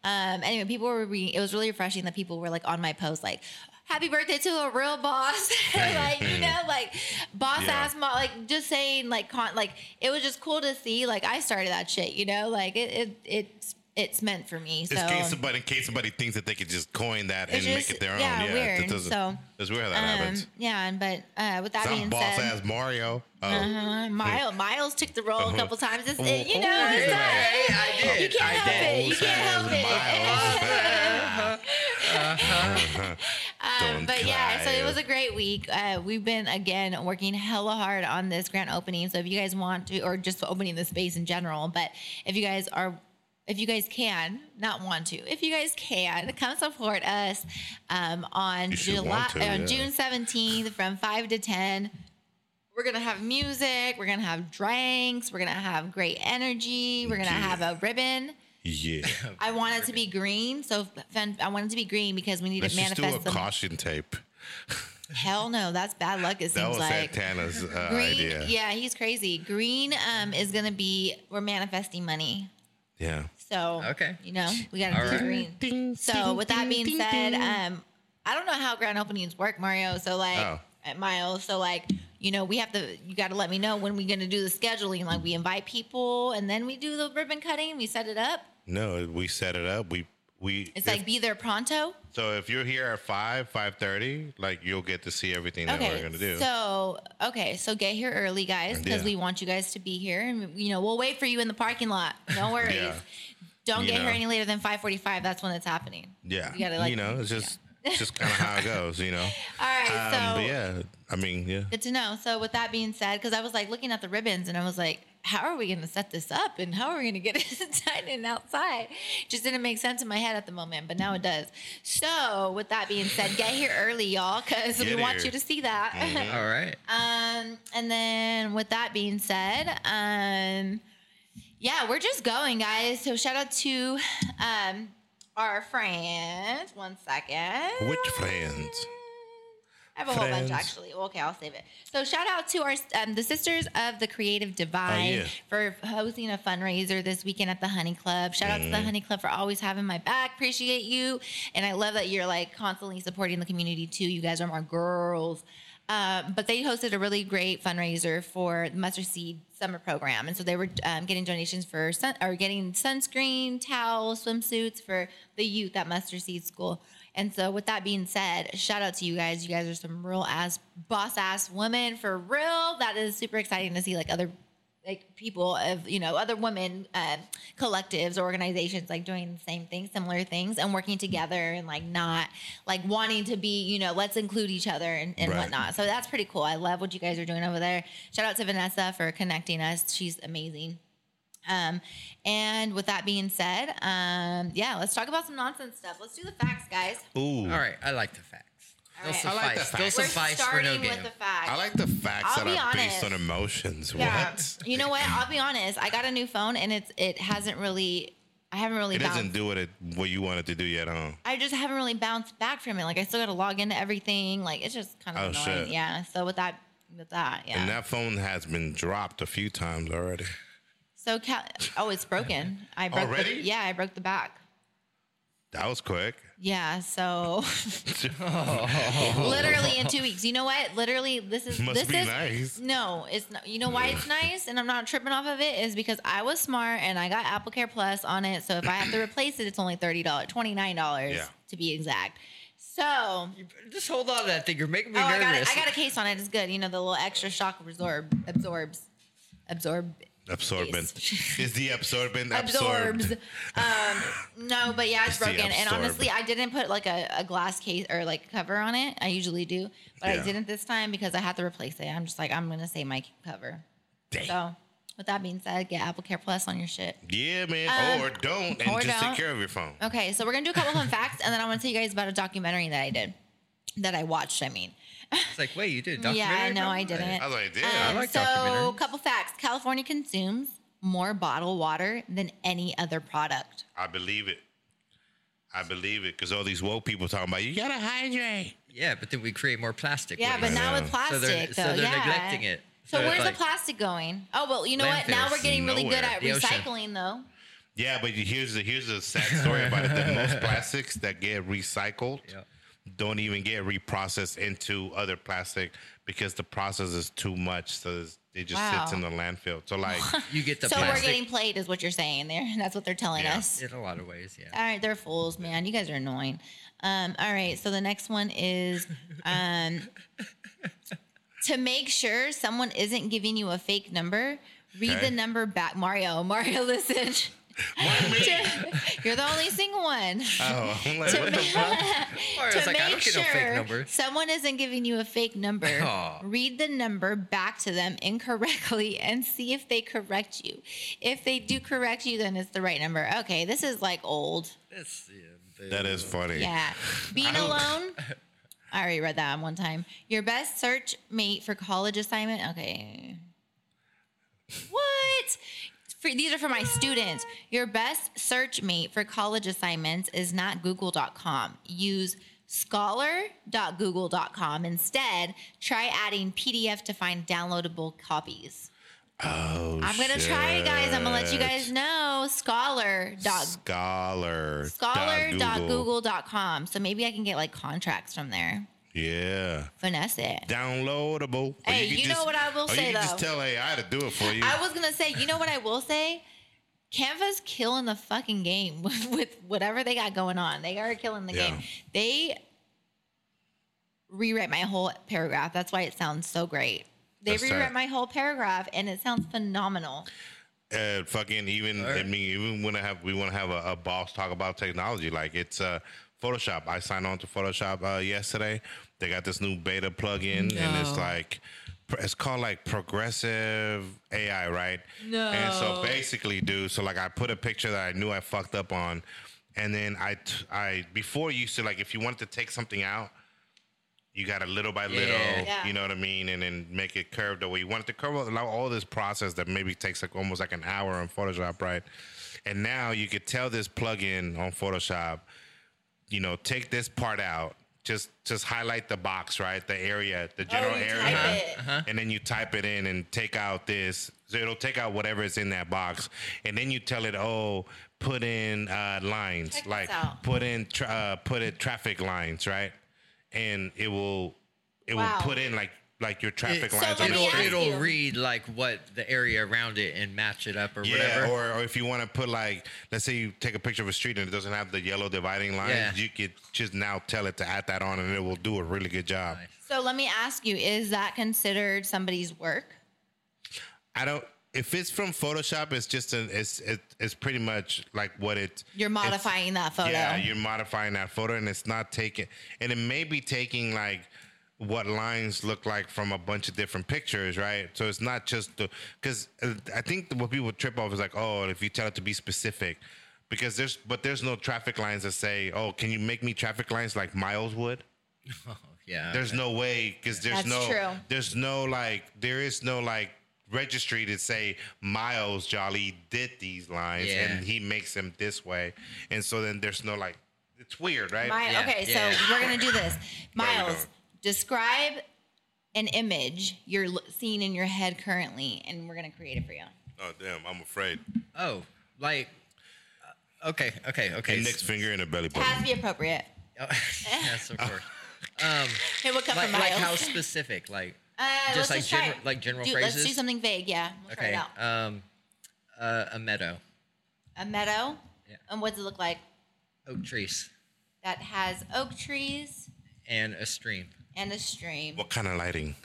Speaker 2: Um, anyway, people were re- it was really refreshing that people were like on my post like. Happy birthday to a real boss, like you know, like boss
Speaker 1: Yeah.
Speaker 2: ass, mo- like just saying, like con, like it was just cool to see. Like I started that shit, you know, like it, it, it's, it's meant for me. So
Speaker 1: It's case somebody, in case somebody thinks that they could just coin that and
Speaker 2: It's
Speaker 1: make
Speaker 2: just-
Speaker 1: it their own.
Speaker 2: yeah,
Speaker 1: Yeah,
Speaker 2: weird.
Speaker 1: It doesn't,
Speaker 2: So,
Speaker 1: it's weird how that
Speaker 2: um,
Speaker 1: happens.
Speaker 2: yeah, and but uh, with that
Speaker 1: Some
Speaker 2: being
Speaker 1: boss
Speaker 2: said,
Speaker 1: ass Mario. Oh,
Speaker 2: Uh, Miles, Miles took the role a couple times. It's, it, you know,
Speaker 1: Oh,
Speaker 2: it's
Speaker 1: yeah.
Speaker 2: all right.
Speaker 3: I did.
Speaker 2: you can't
Speaker 3: I
Speaker 2: help
Speaker 3: did.
Speaker 2: it. You can't help it.
Speaker 1: Oh,
Speaker 2: Um, Uh-huh. but yeah, so it was a great week. Uh, we've been again working hella hard on this grant opening. So if you guys want to, or just opening the space in general, but if you guys are, if you guys can, not want to, if you guys can, come support us um, on
Speaker 1: You should
Speaker 2: July,
Speaker 1: want to,
Speaker 2: on
Speaker 1: yeah.
Speaker 2: June seventeenth from five to ten. We're gonna have music. We're gonna have drinks. We're gonna have great energy. We're gonna
Speaker 1: Yeah.
Speaker 2: have a ribbon.
Speaker 1: yeah.
Speaker 2: I want it to be green. So fen- I want it to be green because we need
Speaker 1: Let's
Speaker 2: to
Speaker 1: just do a
Speaker 2: manifest them.
Speaker 1: caution tape.
Speaker 2: Hell no, that's bad luck. It
Speaker 1: That
Speaker 2: seems
Speaker 1: was
Speaker 2: like
Speaker 1: Santana's uh,
Speaker 2: green.
Speaker 1: idea.
Speaker 2: Yeah, he's crazy. Green um is gonna be we're manifesting money.
Speaker 1: yeah.
Speaker 2: So
Speaker 3: Okay.
Speaker 2: you know we gotta
Speaker 3: All
Speaker 2: do
Speaker 3: right.
Speaker 2: green. so with that being said, um, I don't know how grand openings work, Mario. So like
Speaker 1: Oh.
Speaker 2: at Miles, so like you know we have to you got to let me know when we're gonna do the scheduling. Like we invite people and then we do the ribbon cutting. We set it up.
Speaker 1: No, we set it up. We we.
Speaker 2: It's
Speaker 1: if-
Speaker 2: like be there pronto.
Speaker 1: so if you're here at five five thirty, like you'll get to see everything that we're gonna do.
Speaker 2: So okay, so get here early, guys, because
Speaker 1: Yeah.
Speaker 2: we want you guys to be here, and you know we'll wait for you in the parking lot. No worries.
Speaker 1: Yeah.
Speaker 2: Don't
Speaker 1: You
Speaker 2: get here
Speaker 1: know.
Speaker 2: any later than five forty-five. That's when it's happening.
Speaker 1: yeah.
Speaker 2: You gotta like.
Speaker 1: you know, it's just it's just kind of how it goes. You know.
Speaker 2: All right.
Speaker 1: Um,
Speaker 2: so
Speaker 1: but yeah, I mean, yeah.
Speaker 2: good to know. So with that being said, because I was like looking at the ribbons, and I was like. How are we going to set this up and how are we going to get it inside and outside? Just didn't make sense in my head at the moment, but now it does. So, with that being said, get here early, y'all, because we
Speaker 1: Get
Speaker 2: want
Speaker 1: here. Mm-hmm.
Speaker 2: you to see that.
Speaker 3: All right.
Speaker 2: Um, and then with that being said, um, yeah, we're just going, guys. So shout out to um our friends. One second.
Speaker 1: Which friends?
Speaker 2: I have a whole bunch
Speaker 1: Friends.
Speaker 2: actually. Well, Okay, I'll save it. So shout out to our um, the sisters of the Creative Divine
Speaker 1: Oh, yeah.
Speaker 2: for hosting a fundraiser this weekend at the Honey Club. Shout out to the Honey Club for always having my back. Appreciate you, and I love that you're like constantly supporting the community too. You guys are my girls. Uh, but they hosted a really great fundraiser for the Mustard Seed Summer Program, and so they were um, getting donations for sun or getting sunscreen, towels, swimsuits for the youth at Mustard Seed School. And so, with that being said, shout out to you guys. You guys are some real ass boss ass women for real. That is super exciting to see like other like people of you know other women uh, collectives or organizations like doing the same thing similar things and working together and like not like wanting to be you know let's include each other and, and
Speaker 1: Right.
Speaker 2: whatnot so that's pretty cool i love what you guys are doing over there shout out to vanessa for connecting us she's amazing um, and with that being said um, yeah let's talk about some nonsense stuff let's do the facts guys
Speaker 1: Ooh.
Speaker 3: All right. I like the facts. They'll
Speaker 2: All
Speaker 1: right. I like the
Speaker 3: suffice. They'll
Speaker 1: facts.
Speaker 2: we're
Speaker 3: suffice for no
Speaker 2: starting
Speaker 3: game.
Speaker 2: with the facts
Speaker 1: I like the facts
Speaker 2: I'll
Speaker 1: that
Speaker 2: be
Speaker 1: are based
Speaker 2: honest.
Speaker 1: on emotions.
Speaker 2: Yeah.
Speaker 1: What?
Speaker 2: You know what? I'll be honest. I got a new phone and it's it hasn't really I haven't really
Speaker 1: It doesn't
Speaker 2: bounced.
Speaker 1: do what it what you wanted to do yet, huh?
Speaker 2: I just haven't really bounced back from it. Like I still got to log into everything. Like it's just kind of
Speaker 1: Oh,
Speaker 2: annoying.
Speaker 1: shit.
Speaker 2: Yeah. So with that with that, yeah.
Speaker 1: And that phone has been dropped a few times already.
Speaker 2: so Cal- oh, it's broken. I broke
Speaker 1: Already?
Speaker 2: The, yeah, I broke the back.
Speaker 1: That was quick.
Speaker 2: Yeah, so literally in two weeks. You know what? Literally, this is
Speaker 1: Must
Speaker 2: this
Speaker 1: be
Speaker 2: is
Speaker 1: nice.
Speaker 2: no. It's not. You know why it's nice, and I'm not tripping off of it is because I was smart and I got Apple Care Plus on it. So if I have to replace it, it's only thirty dollars, twenty nine dollars
Speaker 1: Yeah.
Speaker 2: to be exact. So
Speaker 3: Just hold on to that thing. You're making me
Speaker 2: oh, I
Speaker 3: nervous.
Speaker 2: got, a, I got a case on it. It's good. You know, the little extra shock absorb, absorbs, absorb.
Speaker 1: absorbent. Is the absorbent absorbed?
Speaker 2: absorbs. um, no, but yeah, it's
Speaker 1: It's the
Speaker 2: broken. And
Speaker 1: absorb.
Speaker 2: honestly, I didn't put like a, a glass case or like cover on it. I usually do, but
Speaker 1: Yeah.
Speaker 2: I didn't this time because I had to replace it. I'm just like, I'm gonna save my cover.
Speaker 1: Dang.
Speaker 2: So, with that being said, get Apple Care Plus on your shit.
Speaker 1: Yeah, man.
Speaker 2: Um,
Speaker 1: or don't, and
Speaker 2: or
Speaker 1: just
Speaker 2: don't.
Speaker 1: take care of your phone.
Speaker 2: Okay, so we're gonna do a couple fun facts, and then I want to tell you guys about a documentary that I did, that I watched. I mean,
Speaker 3: It's like, wait, you did a documentary?
Speaker 2: yeah, no,
Speaker 3: about
Speaker 2: I
Speaker 3: it?
Speaker 2: didn't.
Speaker 1: I was like, damn.
Speaker 2: Um,
Speaker 3: I like
Speaker 2: so,
Speaker 3: documentaries.
Speaker 2: couple facts: California consumes more bottled water than any other product.
Speaker 1: I believe it. I believe it because all these woke people talking about you gotta hydrate.
Speaker 3: Yeah, but then we create more plastic.
Speaker 2: Yeah,
Speaker 3: waste.
Speaker 2: but now
Speaker 1: Yeah.
Speaker 2: with
Speaker 3: So
Speaker 2: plastic,
Speaker 3: they're-
Speaker 2: though,
Speaker 3: so they're
Speaker 2: yeah.
Speaker 3: neglecting it.
Speaker 2: So,
Speaker 3: So it's
Speaker 2: where's the
Speaker 3: like-
Speaker 2: plastic going? Oh well, you know what? Now
Speaker 3: Landfills.
Speaker 2: we're getting really good
Speaker 1: Nowhere.
Speaker 2: at
Speaker 3: The ocean.
Speaker 2: recycling, though.
Speaker 1: Yeah, but here's the here's a sad story about it. The most plastics that get recycled
Speaker 3: Yep.
Speaker 1: don't even get reprocessed into other plastic because the process is too much. So it's- it just sits
Speaker 2: Wow.
Speaker 1: in the landfill. So like, oh,
Speaker 3: you get the
Speaker 2: so
Speaker 3: plastic
Speaker 2: we're getting played, is what you're saying there. That's what they're telling
Speaker 1: Yeah.
Speaker 2: us.
Speaker 3: in a lot of ways. Yeah.
Speaker 2: All right, they're fools, man. You guys are annoying. Um, all right, so the next one is um, to make sure someone isn't giving you a fake number. Read
Speaker 1: Okay.
Speaker 2: the number back, Mario. Mario, listen.
Speaker 1: why me?
Speaker 2: You're the only single one.
Speaker 1: Oh, I'm like, what the fuck?
Speaker 3: Or
Speaker 2: to
Speaker 3: it's like,
Speaker 2: make
Speaker 3: Uh, I don't
Speaker 2: sure
Speaker 3: get no fake numbers.
Speaker 2: someone isn't giving you a fake number,
Speaker 3: Aw.
Speaker 2: read the number back to them incorrectly and see if they correct you. If they do correct you, then it's the right number. Okay, this is like old.
Speaker 3: It's, yeah, boo.
Speaker 1: That is funny.
Speaker 2: Yeah. Being alone. I already read that one time. Your best search mate for college assignment. Okay. What? For, these are for my students. Your best search mate for college assignments is not google.com. Use scholar.google.com. Instead, try adding PDF to find downloadable copies.
Speaker 1: Oh,
Speaker 2: I'm going to try it, guys. I'm going to let you guys know. Scholar.google
Speaker 1: Scholar.
Speaker 2: scholar.google.com. So maybe I can get like contracts from there.
Speaker 1: Yeah.
Speaker 2: Finesse it.
Speaker 1: Downloadable. Or
Speaker 2: Hey,
Speaker 1: can
Speaker 2: you know what I will
Speaker 1: or
Speaker 2: say,
Speaker 1: you can just
Speaker 2: though.
Speaker 1: tell AI to do it for you.
Speaker 2: I was gonna say, you know what I will say? Canva's killing the fucking game with, with whatever they got going on. They are killing the
Speaker 1: Yeah.
Speaker 2: game. They rewrite my whole paragraph. That's why it sounds so great. They
Speaker 1: That's tight.
Speaker 2: rewrite my whole paragraph and it sounds phenomenal.
Speaker 1: uh, fucking even I
Speaker 3: Alright.
Speaker 1: mean even when I have we want to have a, a boss talk about technology like it's uh Photoshop. I signed on to Photoshop uh, yesterday. They got this new beta plugin and it's
Speaker 2: No.
Speaker 1: like pr- it's called like progressive AI, right? No. And so basically, dude, so like I put a picture that I knew I fucked up on, and then I t- I before you used to like if you wanted to take something out, you got to little by little,
Speaker 3: Yeah.
Speaker 2: Yeah.
Speaker 1: you know what I mean, and then make it curved the way you want it to curve. Allow all this process that maybe takes like almost like an hour on Photoshop, right? And now you could tell this plugin on Photoshop, you know, take this part out, just just highlight the box, right, the area, the general
Speaker 2: Oh, you
Speaker 1: area,
Speaker 2: type it.
Speaker 1: and then you type it in and take out this. So it'll take out whatever is in that box, and then you tell it, oh, put in uh, lines,
Speaker 2: Check this
Speaker 1: like
Speaker 2: out.
Speaker 1: put in tra- uh, put in traffic lines, right? And it will it
Speaker 2: Wow.
Speaker 1: will put in like like your traffic
Speaker 3: So
Speaker 1: lines
Speaker 2: let
Speaker 1: on the
Speaker 2: me
Speaker 1: street.
Speaker 2: ask
Speaker 3: it'll,
Speaker 2: you.
Speaker 3: it'll read like what the area around it and match it up or
Speaker 1: Yeah,
Speaker 3: whatever.
Speaker 1: or, or if you want to put like, let's say you take a picture of a street and it doesn't have the yellow dividing line,
Speaker 3: Yeah.
Speaker 1: you could just now tell it to add that on and it will do a really good job.
Speaker 2: So let me ask you, is that considered somebody's work?
Speaker 1: I don't. If it's from Photoshop, it's just an. It's it, it's pretty much like what it.
Speaker 2: You're
Speaker 1: it's-
Speaker 2: modifying that photo.
Speaker 1: Yeah, you're modifying that photo, and it's not taking, and it may be taking like what lines look like from a bunch of different pictures, right? So it's not just the because I think what people trip off is like, oh, if you tell it to be specific, because there's but there's no traffic lines that say, oh, can you make me traffic lines like Miles would?
Speaker 3: Oh, yeah.
Speaker 1: There's no way because there's
Speaker 2: That's
Speaker 1: no
Speaker 2: true.
Speaker 1: there's no like there is no like registry to say Miles Jolly did these lines
Speaker 3: Yeah.
Speaker 1: and he makes them this way, and so then there's no like it's weird, right?
Speaker 2: My,
Speaker 3: Yeah,
Speaker 2: okay,
Speaker 3: yeah.
Speaker 2: so we're gonna do this.
Speaker 1: are we
Speaker 2: Miles,
Speaker 1: doing?
Speaker 2: describe an image you're l- seeing in your head currently, and we're gonna create it for you.
Speaker 1: Oh damn, I'm afraid.
Speaker 3: Oh, like. uh, Okay, okay, okay.
Speaker 1: And Nick's finger in a belly
Speaker 2: It
Speaker 1: button.
Speaker 2: has to be appropriate.
Speaker 3: Oh, yes, of course.
Speaker 2: It will come
Speaker 3: Like,
Speaker 2: from
Speaker 3: like
Speaker 2: Miles.
Speaker 3: how specific? Like
Speaker 2: uh, let's
Speaker 3: just like
Speaker 2: try
Speaker 3: general,
Speaker 2: it.
Speaker 3: like general
Speaker 2: do,
Speaker 3: phrases.
Speaker 2: Let's do something vague. Yeah, we'll try it
Speaker 3: okay.
Speaker 2: out.
Speaker 3: Um, uh, a meadow,
Speaker 2: A meadow.
Speaker 3: Yeah.
Speaker 2: And what does it look like?
Speaker 3: oak trees,
Speaker 2: That has oak trees
Speaker 3: and a stream.
Speaker 2: and a stream.
Speaker 1: What kind of lighting?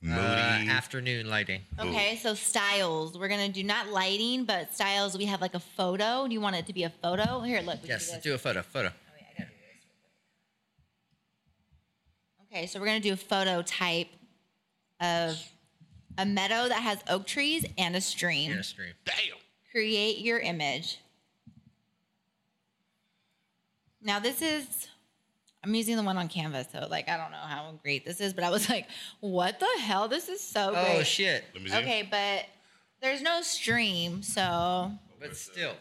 Speaker 1: Moody.
Speaker 3: Uh, afternoon lighting.
Speaker 2: Okay, so styles. We're gonna do not lighting, but styles. We have like a photo. Do you want it to be a photo? Here, look. We can
Speaker 3: Yes,
Speaker 2: do this.
Speaker 3: let's do a photo. Photo.
Speaker 2: Okay, so we're gonna do a photo type of a meadow that has oak trees and a stream.
Speaker 3: In a stream.
Speaker 1: Damn.
Speaker 2: Create your image. Now this is. I'm using the one on Canvas, so like I don't know how great this is, but I was like, "What the hell? This is so great."
Speaker 3: Oh shit!
Speaker 1: Let me see.
Speaker 2: Okay, but there's no stream, so.
Speaker 3: But still,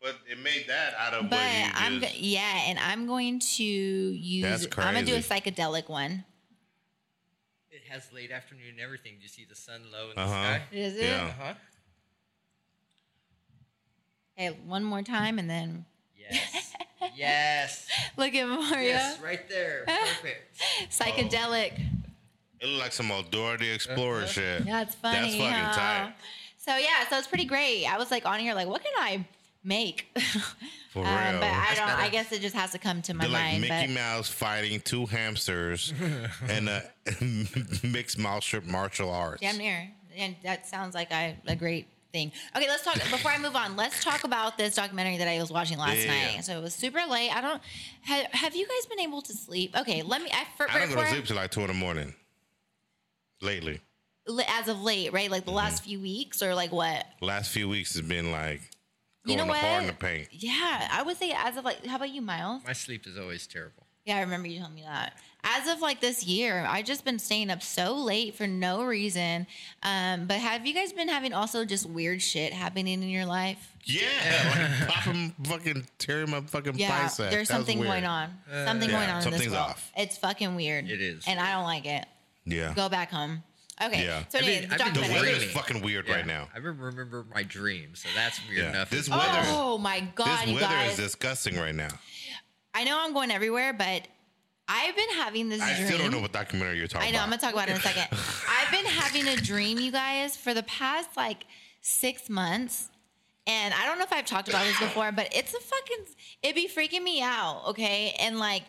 Speaker 1: But it made that out of
Speaker 2: But
Speaker 1: what you
Speaker 2: I'm go-
Speaker 1: just-
Speaker 2: yeah, and I'm going to use.
Speaker 1: That's
Speaker 2: I'm gonna do a
Speaker 1: crazy.
Speaker 2: psychedelic one.
Speaker 3: it has late afternoon and everything. Do you see the sun low in the
Speaker 1: Uh-huh.
Speaker 3: sky?
Speaker 2: Is it?
Speaker 1: Yeah.
Speaker 3: Uh huh.
Speaker 2: Okay, one more time, and then
Speaker 3: Yes. yes.
Speaker 2: look at Mario.
Speaker 3: Yes, Oh. right there. Perfect.
Speaker 2: Psychedelic.
Speaker 1: It looked like some Eldora the Explorer shit.
Speaker 2: Yeah, it's funny.
Speaker 1: That's fucking
Speaker 2: huh?
Speaker 1: tight.
Speaker 2: So yeah, so it's pretty great. I was like on here, like, what can I make?
Speaker 1: For real.
Speaker 2: Um, but I
Speaker 3: That's
Speaker 2: don't. I
Speaker 3: better.
Speaker 2: guess it just has to come to my
Speaker 1: They're like
Speaker 2: mind.
Speaker 1: Mickey
Speaker 2: but
Speaker 1: Mouse fighting two hamsters and a mixed martial martial arts.
Speaker 2: damn near, and that sounds like I a great thing. Okay, let's talk before I move on. Let's talk about this documentary that I was watching last
Speaker 1: Yeah.
Speaker 2: night. So it was super late. I don't. Have, have you guys been able to sleep? Okay, let me. I, for,
Speaker 1: I don't go
Speaker 2: before
Speaker 1: to
Speaker 2: I-
Speaker 1: sleep till like two in the morning. Lately,
Speaker 2: li- as of late, right? Like the last
Speaker 1: Mm-hmm.
Speaker 2: few weeks, or like what?
Speaker 1: last few weeks has been like
Speaker 2: You
Speaker 1: going
Speaker 2: know
Speaker 1: hard in the
Speaker 2: what?
Speaker 1: paint.
Speaker 2: Yeah, I would say as of like. How about you, Miles?
Speaker 3: My sleep is always terrible.
Speaker 2: Yeah, I remember you telling me that. As of like this year, I've just been staying up so late for no reason. Um, but have you guys been having also just weird shit happening in your life?
Speaker 1: Yeah, like popping fucking tearing my fucking
Speaker 2: Yeah,
Speaker 1: bicep.
Speaker 2: there's
Speaker 1: That was
Speaker 2: something
Speaker 1: weird.
Speaker 2: going on. Something
Speaker 1: Yeah,
Speaker 2: going on. in
Speaker 1: something's
Speaker 2: this world.
Speaker 1: off.
Speaker 2: It's fucking weird.
Speaker 3: It is.
Speaker 2: and I don't like it.
Speaker 1: Yeah,
Speaker 2: Go back home. Okay.
Speaker 1: Yeah.
Speaker 2: So
Speaker 1: I've
Speaker 2: anyway,
Speaker 3: been-
Speaker 2: the
Speaker 3: I've been
Speaker 1: the
Speaker 3: Better.
Speaker 1: weather
Speaker 2: documentary.
Speaker 1: is fucking weird
Speaker 3: Yeah.
Speaker 1: right now.
Speaker 3: I remember- remember my dream, so that's weird
Speaker 1: Yeah.
Speaker 3: enough.
Speaker 1: This
Speaker 3: as well.
Speaker 1: weather-
Speaker 2: Oh my god,
Speaker 1: this
Speaker 2: you
Speaker 1: weather
Speaker 2: guys!
Speaker 1: is disgusting right now.
Speaker 2: I know I'm going everywhere, but I've been having this
Speaker 1: I
Speaker 2: dream.
Speaker 1: still don't know what documentary you're talking
Speaker 2: I know. I'm
Speaker 1: about.
Speaker 2: gonna talk about it in a second. I've been having a dream, you guys, for the past like six months, and I don't know if I've talked about this before, but it's a fucking. It be freaking me out, okay? And like,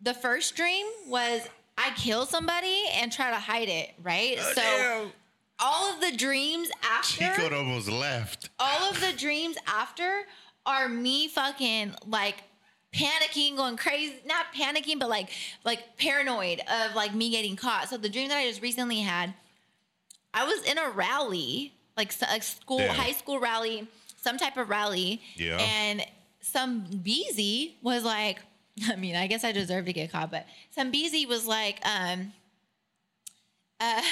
Speaker 2: the first dream was I kill somebody and try to hide it, right? so all of the dreams after
Speaker 1: Chico almost left.
Speaker 2: all of the dreams after are me fucking like panicking going crazy not panicking but like like paranoid of like me getting caught so the dream that i just recently had i was in a rally like s- a school
Speaker 1: Damn.
Speaker 2: high school rally some type of rally
Speaker 1: Yeah.
Speaker 2: and some beezy was like i mean i guess i deserve to get caught but some beezy was like um uh,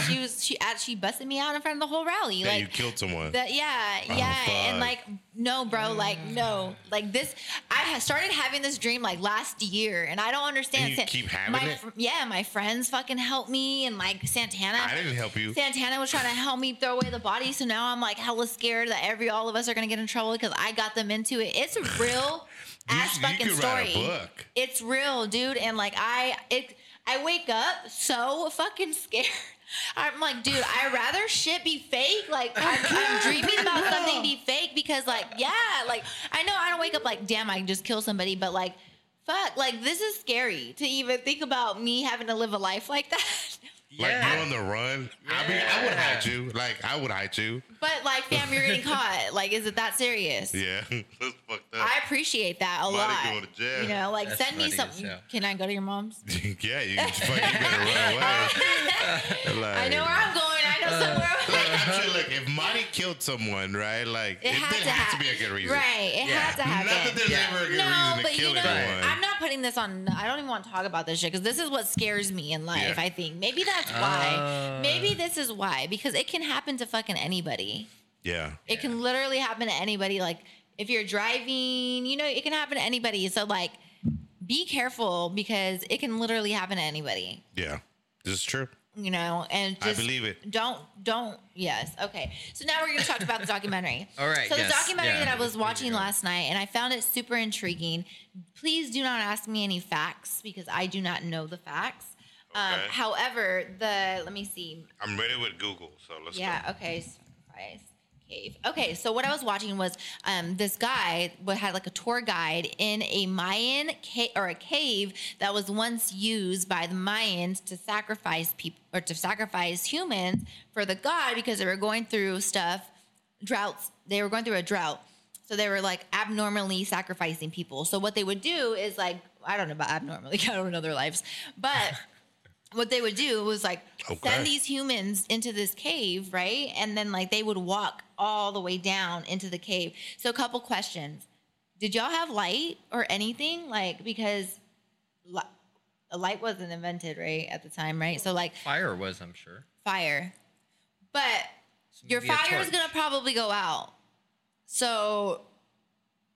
Speaker 2: she was she she busted me out in front of the whole rally
Speaker 1: Yeah,
Speaker 2: like
Speaker 1: you killed someone.
Speaker 2: that yeah, yeah, and
Speaker 1: fuck.
Speaker 2: like no, bro, like no, like this. I ha- started having this dream like last year, and I don't understand.
Speaker 1: you
Speaker 2: San-
Speaker 1: keep having
Speaker 2: my,
Speaker 1: it?
Speaker 2: fr- Yeah, my friends fucking helped me, and like Santana.
Speaker 1: I didn't help you.
Speaker 2: Santana was trying to help me throw away the body, so now I'm like hella scared that every all of us are gonna get in trouble because I got them into it. It's a real ass
Speaker 1: you
Speaker 2: fucking
Speaker 1: could
Speaker 2: story.
Speaker 1: write a book.
Speaker 2: It's real, dude. And like I, it, I wake up so fucking scared. I'm like, dude, I rather shit be fake. Like I'm, I'm dreaming about something be fake because, like, yeah, like I know I don't wake up like, damn, I just kill somebody, but like, fuck, like this is scary to even think about me having to live a life like that.
Speaker 1: Like
Speaker 3: Yeah.
Speaker 1: you on the run. I mean, I would hide you. Like I would hide you.
Speaker 2: But like, fam, you're getting caught. Like, is it that serious?
Speaker 1: Yeah, that's fucked up.
Speaker 2: I appreciate that a
Speaker 1: Might
Speaker 2: lot.
Speaker 1: go to jail.
Speaker 2: You know, like
Speaker 3: That's
Speaker 2: send me
Speaker 3: funny as
Speaker 2: something.
Speaker 3: hell.
Speaker 2: Can I go to your mom's?
Speaker 1: yeah, you, fuck, you better run away. Like,
Speaker 2: I know where I'm going. I
Speaker 1: Uh,
Speaker 2: know somewhere.
Speaker 1: Like, I'm sure, like, if Monty killed someone, right? Like, it,
Speaker 2: It had
Speaker 1: there
Speaker 2: to
Speaker 1: has
Speaker 2: hap-
Speaker 1: to be a good reason.
Speaker 2: Right. It
Speaker 3: Yeah.
Speaker 2: had to
Speaker 1: Not that
Speaker 2: happen.
Speaker 1: there's
Speaker 3: Yeah.
Speaker 1: ever a good
Speaker 2: No,
Speaker 1: reason
Speaker 2: but
Speaker 1: to kill
Speaker 2: you know,
Speaker 1: anyone.
Speaker 2: I'm not putting this on. I don't even want to talk about this shit because this is what scares me in life.
Speaker 1: Yeah.
Speaker 2: I think maybe that's why.
Speaker 3: Ah.
Speaker 2: Maybe this is why because it can happen to fucking anybody.
Speaker 1: yeah.
Speaker 2: It can literally happen to anybody. Like if you're driving, you know, it can happen to anybody. So like, be careful because it can literally happen to anybody.
Speaker 1: Yeah. This is true.
Speaker 2: You know, and
Speaker 1: I
Speaker 2: just
Speaker 1: believe it.
Speaker 2: Don't don't yes. Okay. So now we're gonna talk about the documentary.
Speaker 3: All right,
Speaker 2: So
Speaker 3: yes,
Speaker 2: the documentary
Speaker 3: yeah,
Speaker 2: that I was
Speaker 3: please go.
Speaker 2: watching last night and I found it super intriguing. Please do not ask me any facts because I do not know the facts. Um,
Speaker 1: Okay.
Speaker 2: however, the let me see.
Speaker 1: I'm ready with Google, so let's
Speaker 2: Yeah. Okay. so- guys, cave. Okay, so what I was watching was um, this guy wa- had like a tour guide in a Mayan cave or a cave that was once used by the Mayans to sacrifice people or to sacrifice humans for the god because they were going through stuff, droughts. They were going through a drought. So they were like abnormally sacrificing people. So what they would do is like I don't know about abnormally. I don't know their lives, but what they would do was like
Speaker 1: Okay.
Speaker 2: send these humans into this cave, right? And then like they would walk all the way down into the cave. So a couple questions. Did y'all have light or anything? Like because li- a light wasn't invented, right, at the time, right? So like
Speaker 3: Fire was, I'm sure.
Speaker 2: fire. But your
Speaker 3: maybe a
Speaker 2: fire is
Speaker 3: torch.
Speaker 2: going to probably go out. So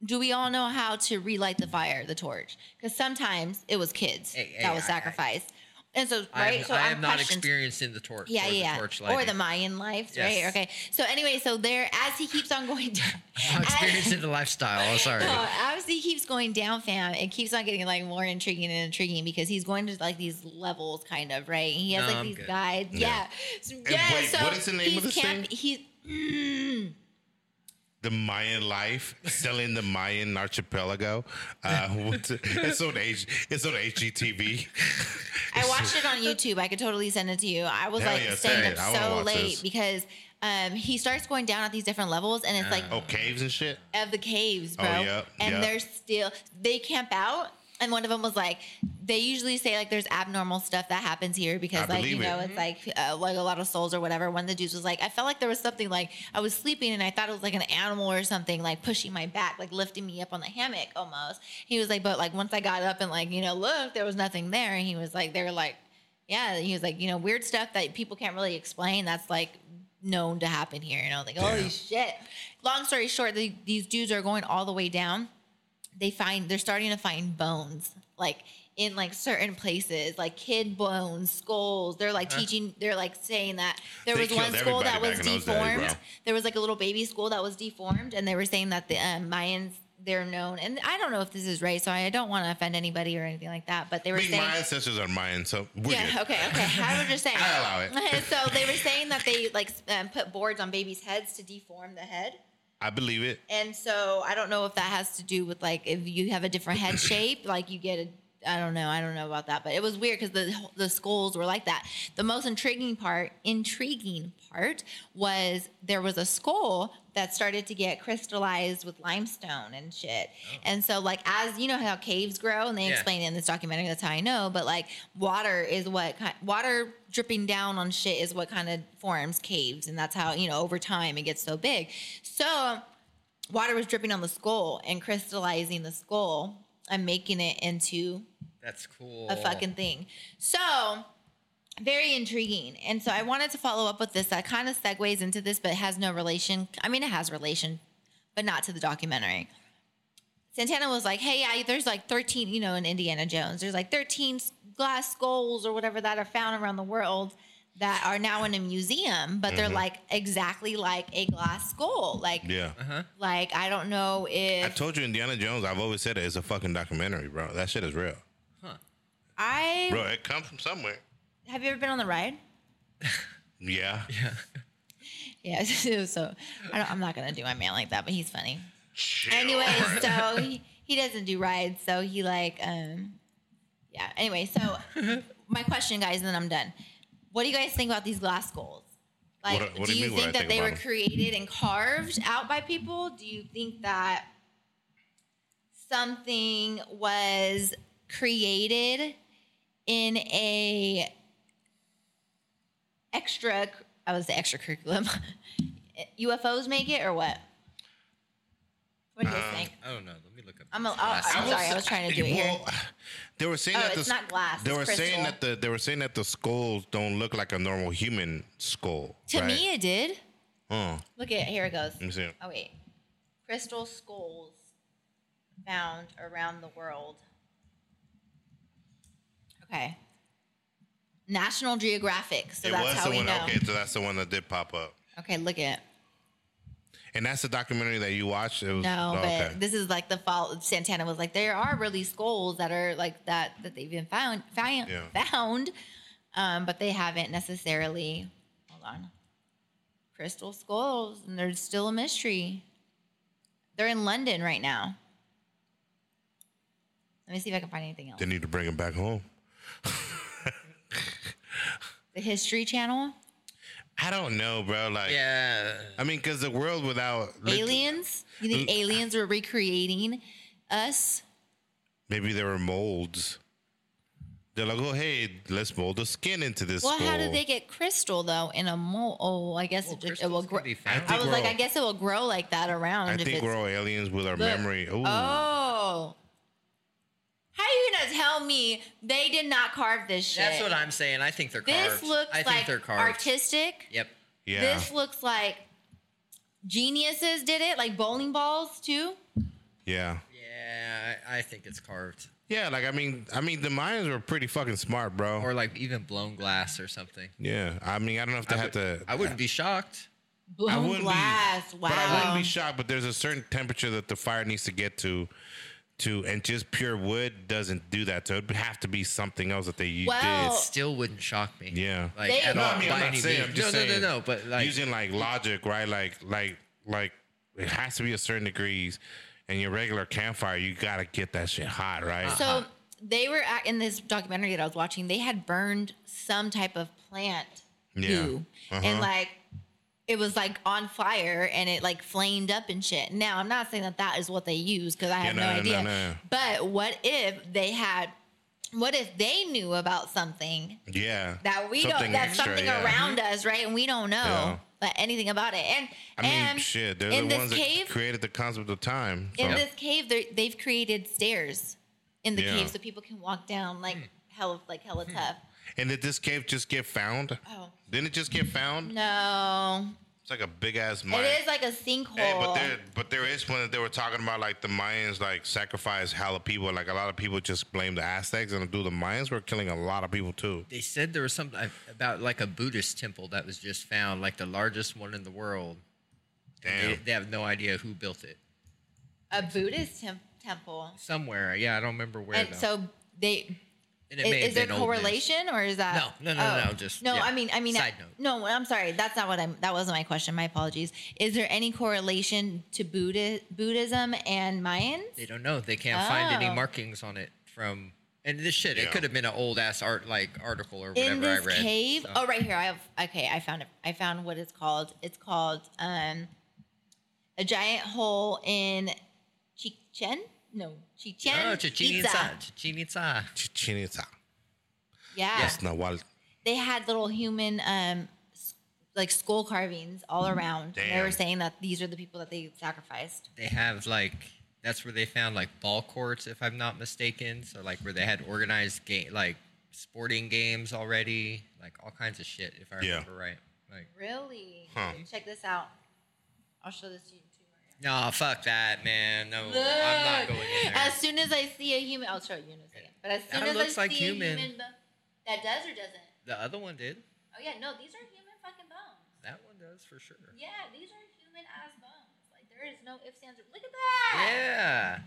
Speaker 2: do we all know how to relight the fire, the torch? Because sometimes it was kids
Speaker 3: Hey, hey,
Speaker 2: that was
Speaker 3: I- I-
Speaker 2: sacrificed. and so,
Speaker 3: I
Speaker 2: right?
Speaker 3: am,
Speaker 2: so
Speaker 3: I
Speaker 2: I'm
Speaker 3: am not
Speaker 2: questioned-
Speaker 3: experiencing the torch.
Speaker 2: yeah,
Speaker 3: or
Speaker 2: yeah,
Speaker 3: The
Speaker 2: yeah.
Speaker 3: torch
Speaker 2: or
Speaker 3: lighting.
Speaker 2: the Mayan lives, right?
Speaker 3: Yes.
Speaker 2: Okay. So anyway, so there, as he keeps on going down,
Speaker 3: I'm
Speaker 2: as-
Speaker 3: experiencing the lifestyle. I'm sorry.
Speaker 2: no, as he keeps going down, fam, it keeps on getting like more intriguing and intriguing because he's going to like these levels, kind of right. He has
Speaker 3: No,
Speaker 2: like
Speaker 3: I'm
Speaker 2: these
Speaker 3: good.
Speaker 2: guides. Yeah.
Speaker 1: Yeah.
Speaker 2: So, yeah.
Speaker 1: wait,
Speaker 2: so
Speaker 1: what is the name of this
Speaker 2: he's camp-
Speaker 1: thing?
Speaker 2: He's
Speaker 1: the Mayan life, selling the Mayan archipelago. Uh, what's it- it's on H, it's on HGTV.
Speaker 2: I watched it on YouTube. I could totally send it to you. I was
Speaker 1: Hell
Speaker 2: like
Speaker 1: yeah, send
Speaker 2: staying
Speaker 1: it.
Speaker 2: up
Speaker 1: I wanna
Speaker 2: so
Speaker 1: watch
Speaker 2: late
Speaker 1: this.
Speaker 2: because um, he starts going down at these different levels, and it's like
Speaker 1: Oh, caves and shit.
Speaker 2: of the caves,
Speaker 1: Oh,
Speaker 2: bro.
Speaker 1: yep,
Speaker 2: and
Speaker 1: yep.
Speaker 2: they're still they camp out. And one of them was like, they usually say like there's abnormal stuff that happens here because
Speaker 1: I
Speaker 2: like you
Speaker 1: believe it.
Speaker 2: know it's like uh, like a lot of souls or whatever. One of the dudes was like, I felt like there was something like I was sleeping and I thought it was like an animal or something like pushing my back, like lifting me up on the hammock almost. He was like, but like once I got up and like you know look, there was nothing there. And he was like, they were like, yeah. He was like, you know, weird stuff that people can't really explain. That's like known to happen here. And I was like, holy
Speaker 1: Yeah.
Speaker 2: shit. Long story short, the, these dudes are going all the way down. They find they're starting to find bones, like in like certain places, like kid bones, skulls. They're like teaching. They're like saying that there
Speaker 1: Uh-huh. They
Speaker 2: was one
Speaker 1: killed
Speaker 2: skull that
Speaker 1: everybody
Speaker 2: was
Speaker 1: back in those days, bro.
Speaker 2: deformed. there was like a little baby skull that was deformed, and they were saying that the um, Mayans. They're known, and I don't know if this is right, so I don't want to offend anybody or anything like that. But they
Speaker 1: I
Speaker 2: were
Speaker 1: mean,
Speaker 2: saying
Speaker 1: my ancestors are Mayan, so we're
Speaker 2: yeah.
Speaker 1: good.
Speaker 2: Okay. Okay. I was just saying.
Speaker 1: I allow it.
Speaker 2: so they were saying that they like s- um, put boards on babies' heads to deform the head,
Speaker 1: I believe it.
Speaker 2: and so I don't know if that has to do with like if you have a different head shape, like you get a. I don't know. I don't know about that, but it was weird because the the skulls were like that. The most intriguing part, intriguing part, was there was a skull that started to get crystallized with limestone and shit. And so, like as you know how caves grow, and they
Speaker 3: Yeah.
Speaker 2: explain it in this documentary. That's how I know. But like water is what kind water dripping down on shit is what kind of forms caves, and that's how you know over time it gets so big. So water was dripping on the skull and crystallizing the skull and making it into
Speaker 3: That's cool.
Speaker 2: a fucking thing. So very intriguing. And so I wanted to follow up with this. That kind of segues into this, but it has no relation. I mean, it has relation, but not to the documentary. Santana was like, hey, yeah, there's like 13, you know, in Indiana Jones, there's like 13 s- glass skulls or whatever that are found around the world that are now in a museum, but they're like exactly like a glass skull. Like,
Speaker 1: Yeah.
Speaker 2: like I don't know if
Speaker 1: I told you Indiana Jones, I've always said it, it's a fucking documentary, bro. That shit is real.
Speaker 2: I
Speaker 1: Bro, it comes from somewhere.
Speaker 2: have you ever been on the ride?
Speaker 1: Yeah.
Speaker 2: Yeah, so I don't, I'm not gonna do my man like that, but he's funny.
Speaker 1: Chill.
Speaker 2: Anyway, so he, he doesn't do rides, so he like um yeah. Anyway, so my question, guys, and then I'm done. What do you guys think about these glass skulls? Like,
Speaker 1: What- what
Speaker 2: do
Speaker 1: do you
Speaker 2: you
Speaker 1: mean what
Speaker 2: think
Speaker 1: I
Speaker 2: that
Speaker 1: think
Speaker 2: they
Speaker 1: about
Speaker 2: were
Speaker 1: them?
Speaker 2: created and carved out by people? Do you think that something was created in a extra? I was the extra curriculum. UFOs make it or what? What do you guys think?
Speaker 3: I don't know. Oh, Let me look up.
Speaker 2: I'm, a, oh,
Speaker 3: this
Speaker 2: I'm
Speaker 3: glass.
Speaker 2: sorry, I was trying to do it here.
Speaker 1: Uh, Well, they were saying
Speaker 2: Oh,
Speaker 1: that
Speaker 2: it's
Speaker 1: the,
Speaker 2: not glass,
Speaker 1: They
Speaker 2: it's
Speaker 1: were saying that
Speaker 2: crystal.
Speaker 1: the they were saying that the skulls don't look like a normal human skull.
Speaker 2: To
Speaker 1: right? Mm-hmm.
Speaker 2: me, it did.
Speaker 1: oh,
Speaker 2: Look at here it goes.
Speaker 1: let me see.
Speaker 2: Oh wait, crystal skulls found around the world. Okay. National Geographic. So
Speaker 1: it
Speaker 2: that's
Speaker 1: was
Speaker 2: how
Speaker 1: the
Speaker 2: we
Speaker 1: one.
Speaker 2: know.
Speaker 1: Okay,
Speaker 2: Okay.
Speaker 1: so that's the one that did pop up,
Speaker 2: look at.
Speaker 1: and that's the documentary that you watched. It was
Speaker 2: No,
Speaker 1: oh,
Speaker 2: but
Speaker 1: okay.
Speaker 2: this is like the fall. Santana was like, there are really skulls that are like that that they've been found found,
Speaker 1: Yeah.
Speaker 2: found um, but they haven't necessarily. Hold on. crystal skulls, and there's still a mystery. They're in London right now. Let me see if I can find anything else.
Speaker 1: They need to bring him back home.
Speaker 2: The History Channel,
Speaker 1: I don't know, bro. Like,
Speaker 3: Yeah.
Speaker 1: I mean, because the world without lit-
Speaker 2: aliens. You
Speaker 1: Mm.
Speaker 2: think aliens were recreating us?
Speaker 1: maybe there were molds. They're like, oh hey, let's mold the skin into this.
Speaker 2: Well, how
Speaker 1: skull.
Speaker 2: did they get crystal though in a mold? Oh, I guess
Speaker 3: Well,
Speaker 2: it, just- it will
Speaker 3: crystals
Speaker 2: grow.
Speaker 3: can be
Speaker 2: I,
Speaker 3: found.
Speaker 1: I think
Speaker 2: was
Speaker 1: we're
Speaker 2: like,
Speaker 1: all-
Speaker 2: I guess it will grow like that around.
Speaker 1: I
Speaker 2: if
Speaker 1: think
Speaker 2: it's,
Speaker 1: we're all aliens with our
Speaker 2: Look.
Speaker 1: memory. Ooh.
Speaker 2: Oh. How are you gonna tell me they did not carve this shit?
Speaker 3: That's what I'm saying. I think they're
Speaker 2: This
Speaker 3: carved.
Speaker 2: looks
Speaker 3: I think
Speaker 2: like
Speaker 3: they're carved.
Speaker 2: artistic.
Speaker 3: Yep.
Speaker 1: yeah.
Speaker 2: This looks like geniuses did it, like bowling balls too.
Speaker 1: yeah.
Speaker 3: Yeah, I I think it's carved.
Speaker 1: Yeah, like I mean, I mean, the Mayans were pretty fucking smart, bro.
Speaker 3: Or like even blown glass or something.
Speaker 1: yeah, I mean, I don't know if they
Speaker 3: I,
Speaker 1: had
Speaker 3: would,
Speaker 1: to.
Speaker 3: I wouldn't be shocked.
Speaker 1: I
Speaker 2: Blown
Speaker 1: wouldn't
Speaker 2: glass.
Speaker 1: be,
Speaker 2: wow.
Speaker 1: But I wouldn't be shocked. But there's a certain temperature that the fire needs to get to, to, and just pure wood doesn't do that. So it would have to be something else that they
Speaker 2: Well,
Speaker 3: Still wouldn't shock me.
Speaker 1: Yeah.
Speaker 3: Like
Speaker 2: They-
Speaker 3: at
Speaker 2: No,
Speaker 1: did.
Speaker 3: all.
Speaker 1: I mean,
Speaker 3: by
Speaker 1: I'm not
Speaker 3: any
Speaker 1: saying. I'm
Speaker 3: means.
Speaker 1: just
Speaker 3: no,
Speaker 1: saying,
Speaker 3: no, no, no. But like,
Speaker 1: using like logic, right? Like, like, like, it has to be a certain degrees. And your regular campfire, you gotta get that shit hot, right?
Speaker 2: So they were at, in this documentary that I was watching. They had burned some type of plant
Speaker 1: Yeah.
Speaker 2: goo, and
Speaker 1: Uh-huh.
Speaker 2: like it was like on fire and it like flamed up and shit. Now I'm not saying that that is what they use because I have
Speaker 1: no,
Speaker 2: no,
Speaker 1: no, no,
Speaker 2: idea.
Speaker 1: no.
Speaker 2: But what if they had? What if they knew about something
Speaker 1: yeah.
Speaker 2: that we don't? That's something
Speaker 1: yeah.
Speaker 2: around us, right? And we don't know
Speaker 1: Yeah.
Speaker 2: like, anything about it. And
Speaker 1: I mean,
Speaker 2: and
Speaker 1: shit. They're the
Speaker 2: in this
Speaker 1: ones
Speaker 2: cave,
Speaker 1: that created the concept of time. So.
Speaker 2: in this cave they they've created stairs in the
Speaker 1: Yeah.
Speaker 2: cave so people can walk down like
Speaker 3: Hmm.
Speaker 2: hell like hella tough
Speaker 1: And did this cave just get found?
Speaker 2: Oh.
Speaker 1: Didn't it just get found?
Speaker 2: no
Speaker 1: It's like a big ass mine.
Speaker 2: it is like a sinkhole
Speaker 1: Hey, but there, but there is one that they were talking about, like the Mayans, like sacrificed hella people. Like a lot of people just blame the Aztecs, and dude, the Mayans were killing a lot of people too.
Speaker 3: they said there was something I- about like a Buddhist temple that was just found, like the largest one in the world.
Speaker 1: Damn.
Speaker 3: They, they have no idea who built it.
Speaker 2: a buddhist tem- temple
Speaker 3: Somewhere, yeah, I don't remember where.
Speaker 2: and
Speaker 3: though.
Speaker 2: so they
Speaker 3: and
Speaker 2: i- is, there
Speaker 3: been old news.
Speaker 2: correlation or is that
Speaker 3: No, no, no,
Speaker 2: Oh.
Speaker 3: no, just-
Speaker 2: no
Speaker 3: yeah.
Speaker 2: i mean i mean
Speaker 3: Side
Speaker 2: I-
Speaker 3: note.
Speaker 2: no i'm sorry that's not what i'm that wasn't my question my apologies is there any correlation to buddha buddhism and mayans
Speaker 3: They don't know. They can't find
Speaker 2: Oh.
Speaker 3: any markings on it from. And this shit,
Speaker 1: Yeah.
Speaker 3: it could have been an old ass art like article or whatever
Speaker 2: in this
Speaker 3: I read.
Speaker 2: cave.
Speaker 3: so.
Speaker 2: Oh, right here. I have. Okay, I found it. I found what it's called. It's called um, a giant hole in Chichen. No, Chichen.
Speaker 3: Oh, Chichen
Speaker 2: Itza.
Speaker 3: Itza. Chichen Itza.
Speaker 1: Chichen Itza.
Speaker 2: Yeah.
Speaker 1: That's not wild.
Speaker 2: They had little human, um, s- like skull carvings all
Speaker 3: Mm-hmm.
Speaker 2: around. And They were
Speaker 1: Damn.
Speaker 2: saying that these are the people that they sacrificed.
Speaker 3: They have like that's where they found like ball courts, if I'm not mistaken. So like where they had organized game, like sporting games already, like all kinds of shit, if I
Speaker 1: Yeah.
Speaker 3: remember right. Like,
Speaker 2: Really?
Speaker 1: Huh.
Speaker 2: Check this out. I'll show this to you. too, Maria.
Speaker 3: no, fuck that, man. No, I'm not
Speaker 2: Look,
Speaker 3: going in there.
Speaker 2: As soon as I see a human, I'll show you in a second. But as soon
Speaker 3: That
Speaker 2: as
Speaker 3: looks
Speaker 2: I
Speaker 3: like
Speaker 2: see
Speaker 3: human.
Speaker 2: a human, bo- that does or doesn't.
Speaker 3: the other one did.
Speaker 2: Oh yeah, no, these are human fucking bones.
Speaker 3: That one does for sure.
Speaker 2: Yeah, these are human ass bones. Like there is no ifs, ands, or look at that.
Speaker 3: Yeah.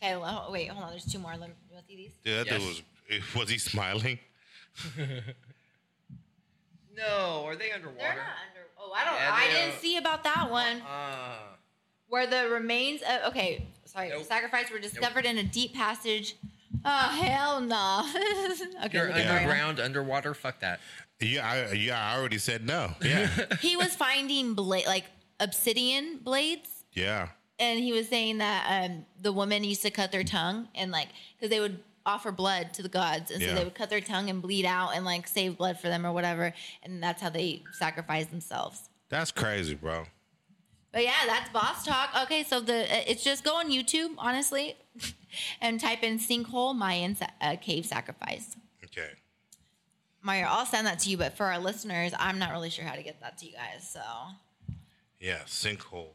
Speaker 2: Okay, well, wait, hold on. There's two more. Let me, you want to see these?
Speaker 1: Dude, that
Speaker 3: Yes.
Speaker 1: dude was was he smiling?
Speaker 3: No, are they underwater?
Speaker 2: They're not under. Oh, I don't.
Speaker 3: Yeah,
Speaker 2: I
Speaker 3: they
Speaker 2: didn't
Speaker 3: are.
Speaker 2: see about that one.
Speaker 3: Uh,
Speaker 2: Where the remains of okay, sorry,
Speaker 3: Nope.
Speaker 2: sacrifice were discovered in a deep passage. Oh hell no. okay,
Speaker 3: they're
Speaker 2: look at Mariana.
Speaker 3: underground, underwater. Fuck that.
Speaker 1: Yeah, I, yeah, I already said no. Yeah,
Speaker 2: he was finding blade like obsidian blades.
Speaker 1: yeah.
Speaker 2: and he was saying that um, the woman used to cut their tongue and like because they would offer blood to the gods and so
Speaker 1: Yeah.
Speaker 2: they would cut their tongue and bleed out and like save blood for them or whatever and that's how they sacrifice themselves
Speaker 1: That's crazy, bro.
Speaker 2: but yeah that's boss talk okay so the uh, it's just go on youtube honestly and type in sinkhole mayan sa- uh, cave sacrifice
Speaker 1: Okay.
Speaker 2: Mario, I'll send that to you, but for our listeners, I'm not really sure how to get that to you guys. So
Speaker 1: Yeah, sinkhole.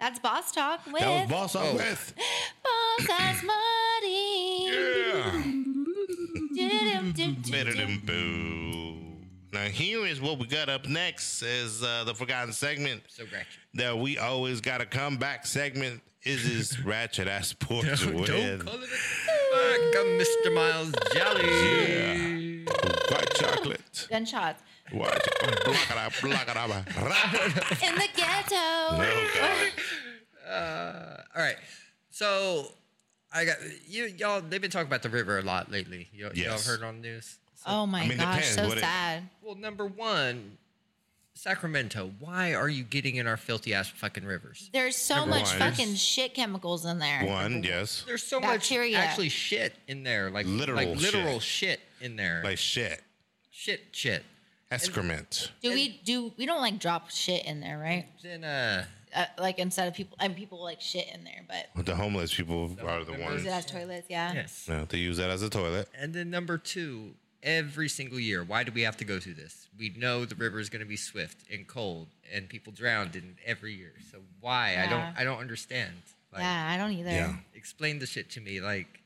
Speaker 2: that's Boss Talk with
Speaker 1: That was boss
Speaker 3: Oh.
Speaker 1: up with.
Speaker 2: Boss Asmati.
Speaker 1: Yeah.
Speaker 2: Doo-doo-doo-doo-doo.
Speaker 1: Better than boo. Now here is what we got up next is uh, the forgotten segment
Speaker 3: So ratchet.
Speaker 1: that we always got to come back segment is this ratchet ass sports with
Speaker 3: it a fuck. I'm Mr. Miles Jolly.
Speaker 1: white chocolate.
Speaker 2: gunshots.
Speaker 1: Watch. Blackaraba, blackaraba, rah.
Speaker 2: in the ghetto.
Speaker 1: Oh, God.
Speaker 3: All right. So I got you y'all they've been talking about the river a lot lately. You, all
Speaker 1: Yes.
Speaker 3: heard on the news.
Speaker 2: Oh my
Speaker 1: I mean,
Speaker 2: gosh,
Speaker 1: depends
Speaker 2: so
Speaker 1: what it-
Speaker 2: sad.
Speaker 3: Well, number 1, Sacramento, why are you getting in our filthy ass fucking rivers?
Speaker 2: There's so
Speaker 1: Number
Speaker 2: much
Speaker 1: one.
Speaker 2: fucking shit chemicals in there.
Speaker 1: One, yes.
Speaker 3: There's so
Speaker 2: Bacteria.
Speaker 3: much actually shit in there, like
Speaker 1: Literal
Speaker 3: like literal
Speaker 1: shit.
Speaker 3: shit, in there.
Speaker 1: Like shit.
Speaker 3: shit shit.
Speaker 1: Excrement.
Speaker 2: Do we do we don't like drop shit in there, right?
Speaker 3: Then uh
Speaker 2: Uh, like instead of people, and people like shit in there, but
Speaker 1: The homeless people are the
Speaker 3: members
Speaker 1: ones.
Speaker 2: use it as toilets. Yeah.
Speaker 3: yes.
Speaker 1: No, they use that as a toilet.
Speaker 3: And then number two, every single year, why do we have to go through this? We know the river is going to be swift and cold, and people drowned in every year. So why? I
Speaker 2: Yeah.
Speaker 3: don't. I don't understand. Like,
Speaker 2: yeah, I don't either.
Speaker 1: Yeah.
Speaker 3: Explain the shit to me. Like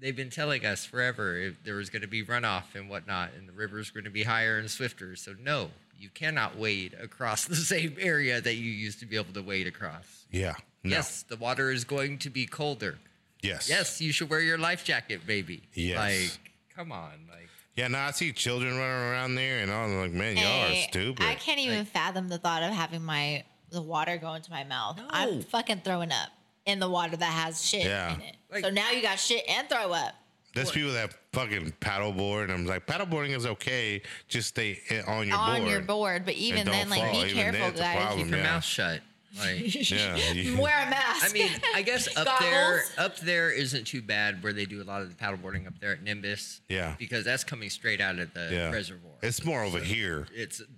Speaker 3: they've been telling us forever if there was going to be runoff and whatnot, and the river's going to be higher and swifter. So no, you cannot wade across the same area that you used to be able to wade across.
Speaker 1: Yeah. No.
Speaker 3: Yes, the water is going to be colder.
Speaker 1: Yes.
Speaker 3: Yes, you should wear your life jacket, baby.
Speaker 1: Yes.
Speaker 3: Like, come on, like.
Speaker 1: Yeah, no, I see children running around there, and I'm like, man, y'all
Speaker 2: Hey,
Speaker 1: are stupid.
Speaker 2: Eh, I can't even fathom the thought of having my the water go into my mouth. I'm
Speaker 3: No.
Speaker 2: fucking throwing up in the water that has shit
Speaker 1: Yeah.
Speaker 2: in it.
Speaker 3: Like-
Speaker 2: so now you got shit and throw up.
Speaker 1: There's people that fucking paddleboard, and I'm like, paddleboarding is okay. Just stay i- on your
Speaker 2: on
Speaker 1: board.
Speaker 2: your board, but even
Speaker 1: don't
Speaker 2: then, like,
Speaker 1: fall.
Speaker 2: be
Speaker 1: Even then,
Speaker 2: careful,
Speaker 1: it's a
Speaker 2: guys.
Speaker 1: problem.
Speaker 3: keep your
Speaker 1: Yeah.
Speaker 3: mouth shut. Like,
Speaker 1: Yeah. you-
Speaker 2: Wear a mask.
Speaker 3: I mean, I guess up there,
Speaker 2: Goggles.
Speaker 3: up there isn't too bad where they do a lot of the paddleboarding up there at Nimbus.
Speaker 1: Yeah.
Speaker 3: because that's coming straight out of the
Speaker 1: yeah.
Speaker 3: reservoir. It's,
Speaker 1: It's more over here.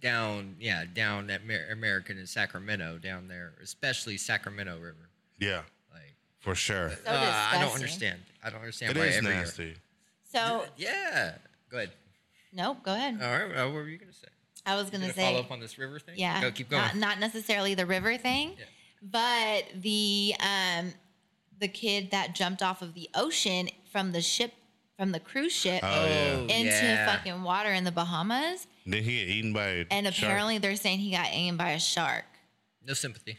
Speaker 3: down, yeah, down at Mer- American and Sacramento down there, especially Sacramento River.
Speaker 1: Yeah,
Speaker 3: Like,
Speaker 1: for sure.
Speaker 2: So
Speaker 3: uh, I
Speaker 2: disgusting.
Speaker 3: don't
Speaker 2: Oh.
Speaker 3: understand. I don't understand
Speaker 1: It
Speaker 3: why
Speaker 1: is
Speaker 3: every
Speaker 1: nasty.
Speaker 2: So
Speaker 3: year. Yeah, go ahead.
Speaker 2: nope. Go ahead.
Speaker 3: All right, uh, what were you gonna say?
Speaker 2: I was
Speaker 3: You
Speaker 2: gonna say.
Speaker 3: follow up on this river thing.
Speaker 2: Yeah.
Speaker 3: go keep going.
Speaker 2: Not, not necessarily the river thing,
Speaker 3: Yeah.
Speaker 2: but the um the kid that jumped off of the ocean from the ship from the cruise ship
Speaker 1: Oh, yeah.
Speaker 2: into
Speaker 3: yeah.
Speaker 2: fucking water in the Bahamas,
Speaker 1: Did he get eaten by a
Speaker 2: and
Speaker 1: shark?
Speaker 2: apparently they're saying he got aimed by a shark.
Speaker 3: no sympathy.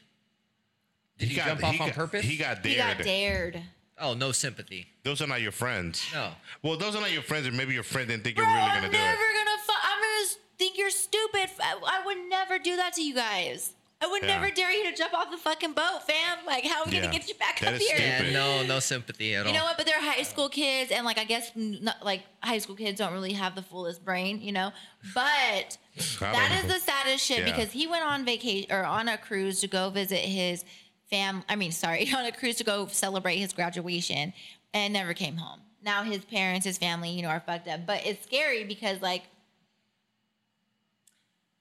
Speaker 3: Did he,
Speaker 1: got-
Speaker 3: jump off
Speaker 1: he
Speaker 3: on
Speaker 1: got-
Speaker 3: purpose?
Speaker 1: He got
Speaker 2: He got
Speaker 1: dared.
Speaker 2: dared.
Speaker 3: oh, no sympathy.
Speaker 1: Those are not your friends.
Speaker 3: No.
Speaker 1: Well, those are not your friends, and maybe your friend didn't think you're
Speaker 2: Bro,
Speaker 1: really
Speaker 2: I'm
Speaker 1: gonna do
Speaker 2: never
Speaker 1: it.
Speaker 2: gonna. Fu- I'm gonna s- think you're stupid. I, I would never do that to you guys. I would
Speaker 1: Yeah.
Speaker 2: never dare you to jump off the fucking boat, fam. Like, how am I
Speaker 1: Yeah.
Speaker 2: gonna get you back
Speaker 1: That
Speaker 2: up
Speaker 1: is
Speaker 2: here?
Speaker 1: stupid.
Speaker 3: Yeah, no, no sympathy at all.
Speaker 2: You know what? But they're high school kids, and like I guess n- not, like high school kids don't really have the fullest brain, you know. But
Speaker 1: I
Speaker 2: that
Speaker 1: don't
Speaker 2: is the saddest shit
Speaker 1: Yeah.
Speaker 2: because he went on vacation or on a cruise to go visit his fam. I mean, sorry, on a cruise to go celebrate his graduation, and never came home. Now his parents, his family, you know, are fucked up. But it's scary because like.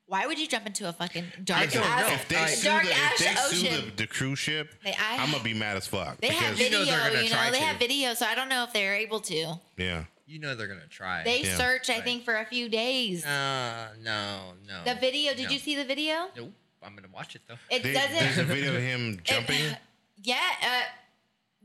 Speaker 2: Why would you jump into a fucking dark
Speaker 3: don't
Speaker 2: ass,
Speaker 3: know.
Speaker 1: If they
Speaker 3: Alright.
Speaker 1: sue,
Speaker 2: dark
Speaker 1: the, if
Speaker 2: ash
Speaker 1: they sue
Speaker 2: ocean?
Speaker 1: the, the cruise ship,
Speaker 2: They- I-
Speaker 1: I'm gonna be mad as fuck.
Speaker 2: they have
Speaker 1: because,
Speaker 3: You know
Speaker 2: video,
Speaker 3: they're gonna
Speaker 2: you know,
Speaker 3: try
Speaker 2: they
Speaker 3: to.
Speaker 2: have video, so I don't know if they're able to.
Speaker 1: yeah,
Speaker 3: You know they're gonna try.
Speaker 2: They
Speaker 1: Yeah.
Speaker 2: search, I think, for a few days.
Speaker 3: Uh, no, no.
Speaker 2: the video. Did
Speaker 3: no.
Speaker 2: you see the video?
Speaker 3: Nope. I'm gonna watch it though.
Speaker 2: It
Speaker 1: They- there's a
Speaker 2: doesn't.
Speaker 1: video of him jumping.
Speaker 2: yeah, uh,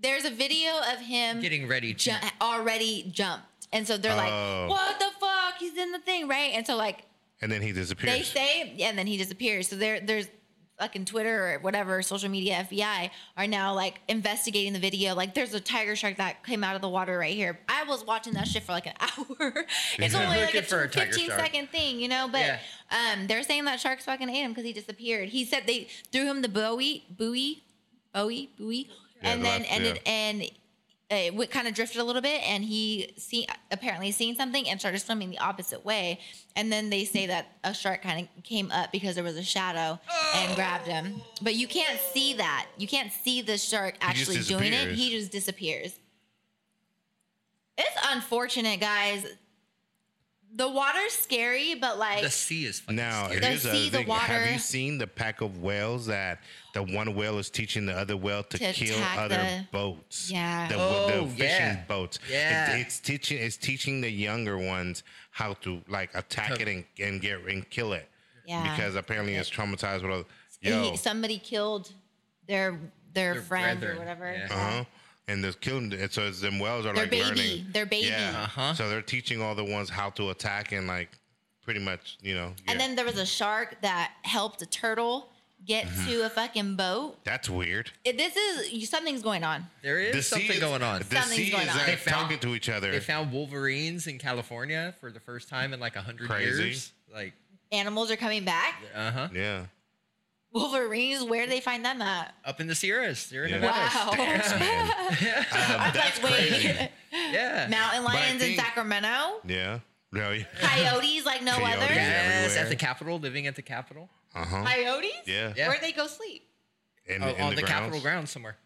Speaker 2: there's a video of him
Speaker 3: Getting ready to.
Speaker 2: ju- already jumped, and so they're
Speaker 1: Oh.
Speaker 2: like, "What the fuck? He's in the thing, right?" And so like
Speaker 1: and then he disappears.
Speaker 2: they say, and then he disappears. So there, there's fucking Twitter or whatever social media FBI are now like investigating the video. Like there's a tiger shark that came out of the water right here. I was watching that shit for like an hour. It's
Speaker 1: Yeah.
Speaker 2: only like
Speaker 3: Looking
Speaker 2: a,
Speaker 3: for a tiger
Speaker 2: 15
Speaker 3: shark.
Speaker 2: second thing, you know. But
Speaker 3: Yeah.
Speaker 2: um, they're saying that sharks fucking ate him because he disappeared. He said they threw him the buoy, buoy, buoy, buoy,
Speaker 1: Yeah,
Speaker 2: and
Speaker 1: the
Speaker 2: then
Speaker 1: left-
Speaker 2: and
Speaker 1: yeah.
Speaker 2: it, and. It went, kind of drifted a little bit, and he see apparently seen something and started swimming the opposite way. And then they say that a shark kind of came up because there was a shadow and grabbed him. But you can't see that. You can't see the shark actually doing it.
Speaker 1: disappears.
Speaker 2: He just disappears. It's unfortunate, guys. The water's scary, but like
Speaker 3: the sea is fucking
Speaker 1: Now,
Speaker 3: scary.
Speaker 1: here's
Speaker 2: The
Speaker 1: the
Speaker 2: sea, the
Speaker 1: thing. Have
Speaker 2: water-
Speaker 1: you seen the pack of whales that the one whale is teaching the other whale to,
Speaker 2: To
Speaker 1: kill
Speaker 2: attack
Speaker 1: other
Speaker 2: the-
Speaker 1: boats?
Speaker 2: Yeah.
Speaker 1: The,
Speaker 3: Oh,
Speaker 1: the fishing
Speaker 3: yeah.
Speaker 1: boats. It-
Speaker 3: Yeah.
Speaker 1: it's teaching it's teaching the younger ones how to like attack it and, and get and kill it.
Speaker 2: Yeah.
Speaker 1: Because apparently it's traumatized with other yo.
Speaker 2: he, somebody killed their their,
Speaker 3: Their
Speaker 2: friend
Speaker 3: brethren,
Speaker 2: or whatever.
Speaker 3: yeah.
Speaker 1: uh-huh. And they're killing and so it's them whales are
Speaker 2: Their
Speaker 1: like
Speaker 2: baby,
Speaker 1: learning.
Speaker 2: their baby.
Speaker 1: Yeah.
Speaker 3: Uh-huh.
Speaker 1: So they're teaching all the ones how to attack and like pretty much, you know. yeah. Mm-hmm.
Speaker 2: And then there was a shark that helped a turtle get to a fucking boat.
Speaker 1: that's weird.
Speaker 2: It- this is you- something's going on.
Speaker 3: there is
Speaker 1: The sea
Speaker 3: something
Speaker 1: is-
Speaker 3: going on.
Speaker 1: The
Speaker 2: Something's
Speaker 1: sea
Speaker 2: going
Speaker 1: is
Speaker 2: on.
Speaker 1: like
Speaker 3: They found-
Speaker 1: talking to each other.
Speaker 3: They found wolverines in California for the first time in like a hundred
Speaker 1: Crazy.
Speaker 3: years. Like
Speaker 2: animals are coming back.
Speaker 3: Uh huh.
Speaker 1: Yeah.
Speaker 2: Wolverines, where do they find them at?
Speaker 3: Up in the Sierras, they're in
Speaker 1: Yeah.
Speaker 3: Nevada.
Speaker 2: Wow.
Speaker 1: Yes, man. Um, that's
Speaker 2: Like, wait.
Speaker 1: crazy.
Speaker 3: Yeah.
Speaker 2: Mountain
Speaker 1: But I
Speaker 2: lions in
Speaker 1: think-
Speaker 2: Sacramento,
Speaker 1: Yeah. No, yeah.
Speaker 2: coyotes like no
Speaker 1: Coyotes.
Speaker 2: other.
Speaker 1: Yeah.
Speaker 3: yes,
Speaker 1: everywhere.
Speaker 3: at the Capitol, living at the Capitol,
Speaker 1: Uh huh.
Speaker 2: Coyotes?
Speaker 1: Yeah.
Speaker 3: Yeah.
Speaker 2: Where they go sleep?
Speaker 1: In,
Speaker 3: Oh,
Speaker 1: in
Speaker 3: on the,
Speaker 1: grounds.
Speaker 3: Capitol grounds somewhere.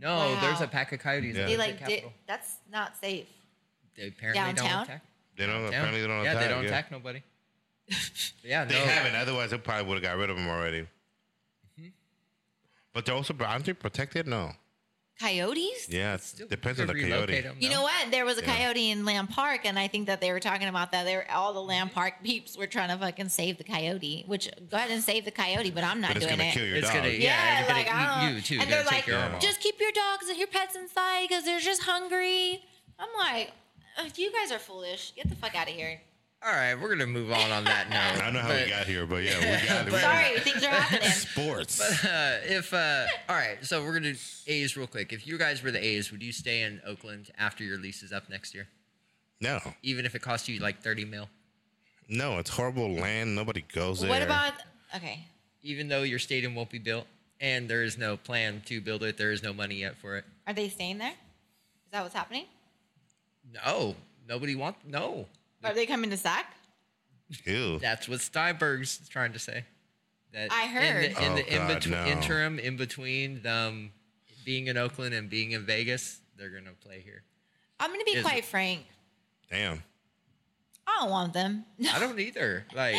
Speaker 3: No,
Speaker 2: Wow.
Speaker 3: there's a pack of coyotes.
Speaker 1: Yeah.
Speaker 3: at
Speaker 2: They
Speaker 3: the
Speaker 2: like did,
Speaker 3: Capitol.
Speaker 2: that's not safe.
Speaker 3: They apparently
Speaker 2: Downtown?
Speaker 3: don't attack.
Speaker 1: They don't.
Speaker 3: Down.
Speaker 1: Apparently, they don't
Speaker 3: yeah,
Speaker 1: attack.
Speaker 3: they don't attack nobody. yeah,
Speaker 1: They
Speaker 3: no. Mm-hmm.
Speaker 1: haven't. Otherwise, they probably would have got rid of them already. But they're also aren't they protected? No.
Speaker 2: Coyotes?
Speaker 1: Yeah, it
Speaker 3: Still,
Speaker 1: depends
Speaker 3: you
Speaker 1: on the
Speaker 3: could relocate
Speaker 1: coyote.
Speaker 3: 'em,
Speaker 2: You
Speaker 3: no?
Speaker 2: know what? There was a
Speaker 1: Yeah.
Speaker 2: coyote in Lamb Park, and I think that they were talking about that. They were, all the Lamb Park peeps were trying to fucking save the coyote. Which go ahead and save the coyote, but I'm not
Speaker 1: But it's
Speaker 2: doing
Speaker 1: gonna
Speaker 2: it.
Speaker 1: kill your
Speaker 3: It's
Speaker 1: dog.
Speaker 3: gonna- Yeah,
Speaker 2: yeah,
Speaker 3: you're gonna
Speaker 2: like I
Speaker 3: eat
Speaker 2: don't.
Speaker 3: you, too.
Speaker 2: And
Speaker 3: You're
Speaker 2: they're
Speaker 3: gonna
Speaker 2: like,
Speaker 3: take your arm off.
Speaker 2: just keep your dogs and your pets inside because they're just hungry. I'm like, "Ugh, you guys are foolish. Get the fuck out of here.
Speaker 3: All right, we're gonna move on on that
Speaker 1: I
Speaker 3: note.
Speaker 1: don't know how
Speaker 3: But,
Speaker 1: we got here, but yeah, we got it.
Speaker 2: Sorry, things are happening.
Speaker 1: Sports.
Speaker 3: Uh, if uh, all right, so we're gonna do A's real quick. If you guys were the A's, would you stay in Oakland after your lease is up next year,
Speaker 1: No,
Speaker 3: even if it costs you like thirty mil?
Speaker 1: no, it's horrible land. Nobody goes there.
Speaker 2: What about? Okay,
Speaker 3: Even though your stadium won't be built and there is no plan to build it, there is no money yet for it.
Speaker 2: are they staying there? Is that what's happening?
Speaker 3: No, nobody wants. No,
Speaker 2: Are they coming to SAC?
Speaker 1: Ew.
Speaker 3: That's what Steinberg's trying to say. That
Speaker 2: I heard.
Speaker 3: in the, in
Speaker 1: Oh,
Speaker 3: the in
Speaker 1: God,
Speaker 3: between,
Speaker 1: no.
Speaker 3: interim in between um, being in Oakland and being in Vegas, they're gonna play here.
Speaker 2: I'm gonna be
Speaker 3: Is-
Speaker 2: quite frank.
Speaker 1: Damn.
Speaker 2: I don't want them.
Speaker 3: I don't either. Like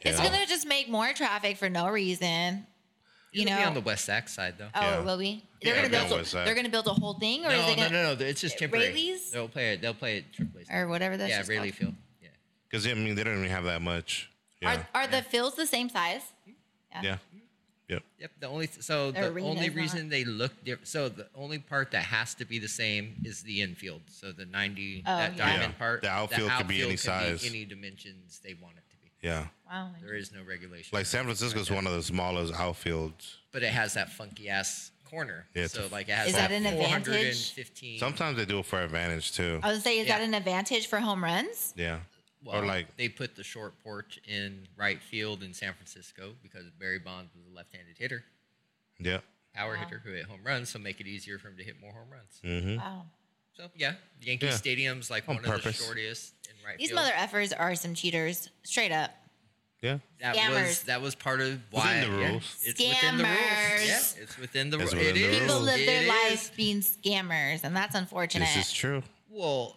Speaker 2: It's
Speaker 1: Yeah.
Speaker 2: gonna just make more traffic for no reason. You
Speaker 3: it'll
Speaker 2: know.
Speaker 3: be on the West Sac side though.
Speaker 2: oh,
Speaker 1: Yeah.
Speaker 2: it will be.
Speaker 1: Yeah,
Speaker 2: They're
Speaker 1: it'll be
Speaker 2: gonna
Speaker 1: on
Speaker 2: build.
Speaker 1: West
Speaker 2: A,
Speaker 1: Side.
Speaker 2: they're gonna build a whole thing, or
Speaker 3: uh, no,
Speaker 2: oh, is it
Speaker 3: no,
Speaker 2: gonna
Speaker 3: no, no, It's just temporary.
Speaker 2: Rayleigh's?
Speaker 3: They'll play it. They'll play it Triple A.
Speaker 2: or whatever that's
Speaker 3: Yeah,
Speaker 2: just
Speaker 3: Rayleigh
Speaker 2: called.
Speaker 3: Field. Yeah.
Speaker 1: Because I mean, they don't even have that much. Yeah.
Speaker 2: Are, are the fields the same size?
Speaker 1: yeah. Yep.
Speaker 3: Yep. The only th- so
Speaker 2: Their
Speaker 3: the
Speaker 2: arena
Speaker 3: only
Speaker 2: is not-
Speaker 3: reason they look different. So the only part that has to be the same is the infield. So the ninety
Speaker 2: Oh,
Speaker 3: that
Speaker 2: yeah. Yeah.
Speaker 3: diamond part.
Speaker 1: The outfield could be any size.
Speaker 3: any dimensions they want it to be.
Speaker 1: Yeah.
Speaker 2: Wow.
Speaker 3: There is no regulation.
Speaker 1: Like San Francisco's one of the smallest outfields.
Speaker 3: but it has that funky ass corner.
Speaker 1: Yeah, it's
Speaker 3: so
Speaker 1: a-
Speaker 3: like it has
Speaker 2: Is that an advantage?
Speaker 3: 415.
Speaker 1: Sometimes they do it for advantage too.
Speaker 2: I would say, is that
Speaker 3: Yeah.
Speaker 2: an advantage for home runs?
Speaker 1: Yeah.
Speaker 3: well,
Speaker 1: or like
Speaker 3: they put the short porch in right field in San Francisco because Barry Bonds was a left-handed hitter,
Speaker 1: yeah.
Speaker 3: power hitter who hit home runs, so make it easier for him to hit more home runs.
Speaker 2: Wow.
Speaker 3: So yeah, Yankee
Speaker 1: Mm. Yeah.
Speaker 3: Stadium's like
Speaker 1: On
Speaker 3: one of
Speaker 1: purpose.
Speaker 3: the shortest in right
Speaker 2: These
Speaker 3: field.
Speaker 2: mother effers are some cheaters, straight up.
Speaker 1: Yeah.
Speaker 3: that was
Speaker 2: scammers.
Speaker 3: that was part of why
Speaker 1: the
Speaker 3: yeah,
Speaker 1: rules.
Speaker 3: it's within the rules.
Speaker 2: Scammers.
Speaker 3: Yeah, it's within the
Speaker 1: It's
Speaker 3: rules.
Speaker 1: within the
Speaker 2: People
Speaker 1: rules.
Speaker 2: live their
Speaker 3: It is.
Speaker 2: lives being scammers, and that's unfortunate.
Speaker 1: This is true.
Speaker 3: Well,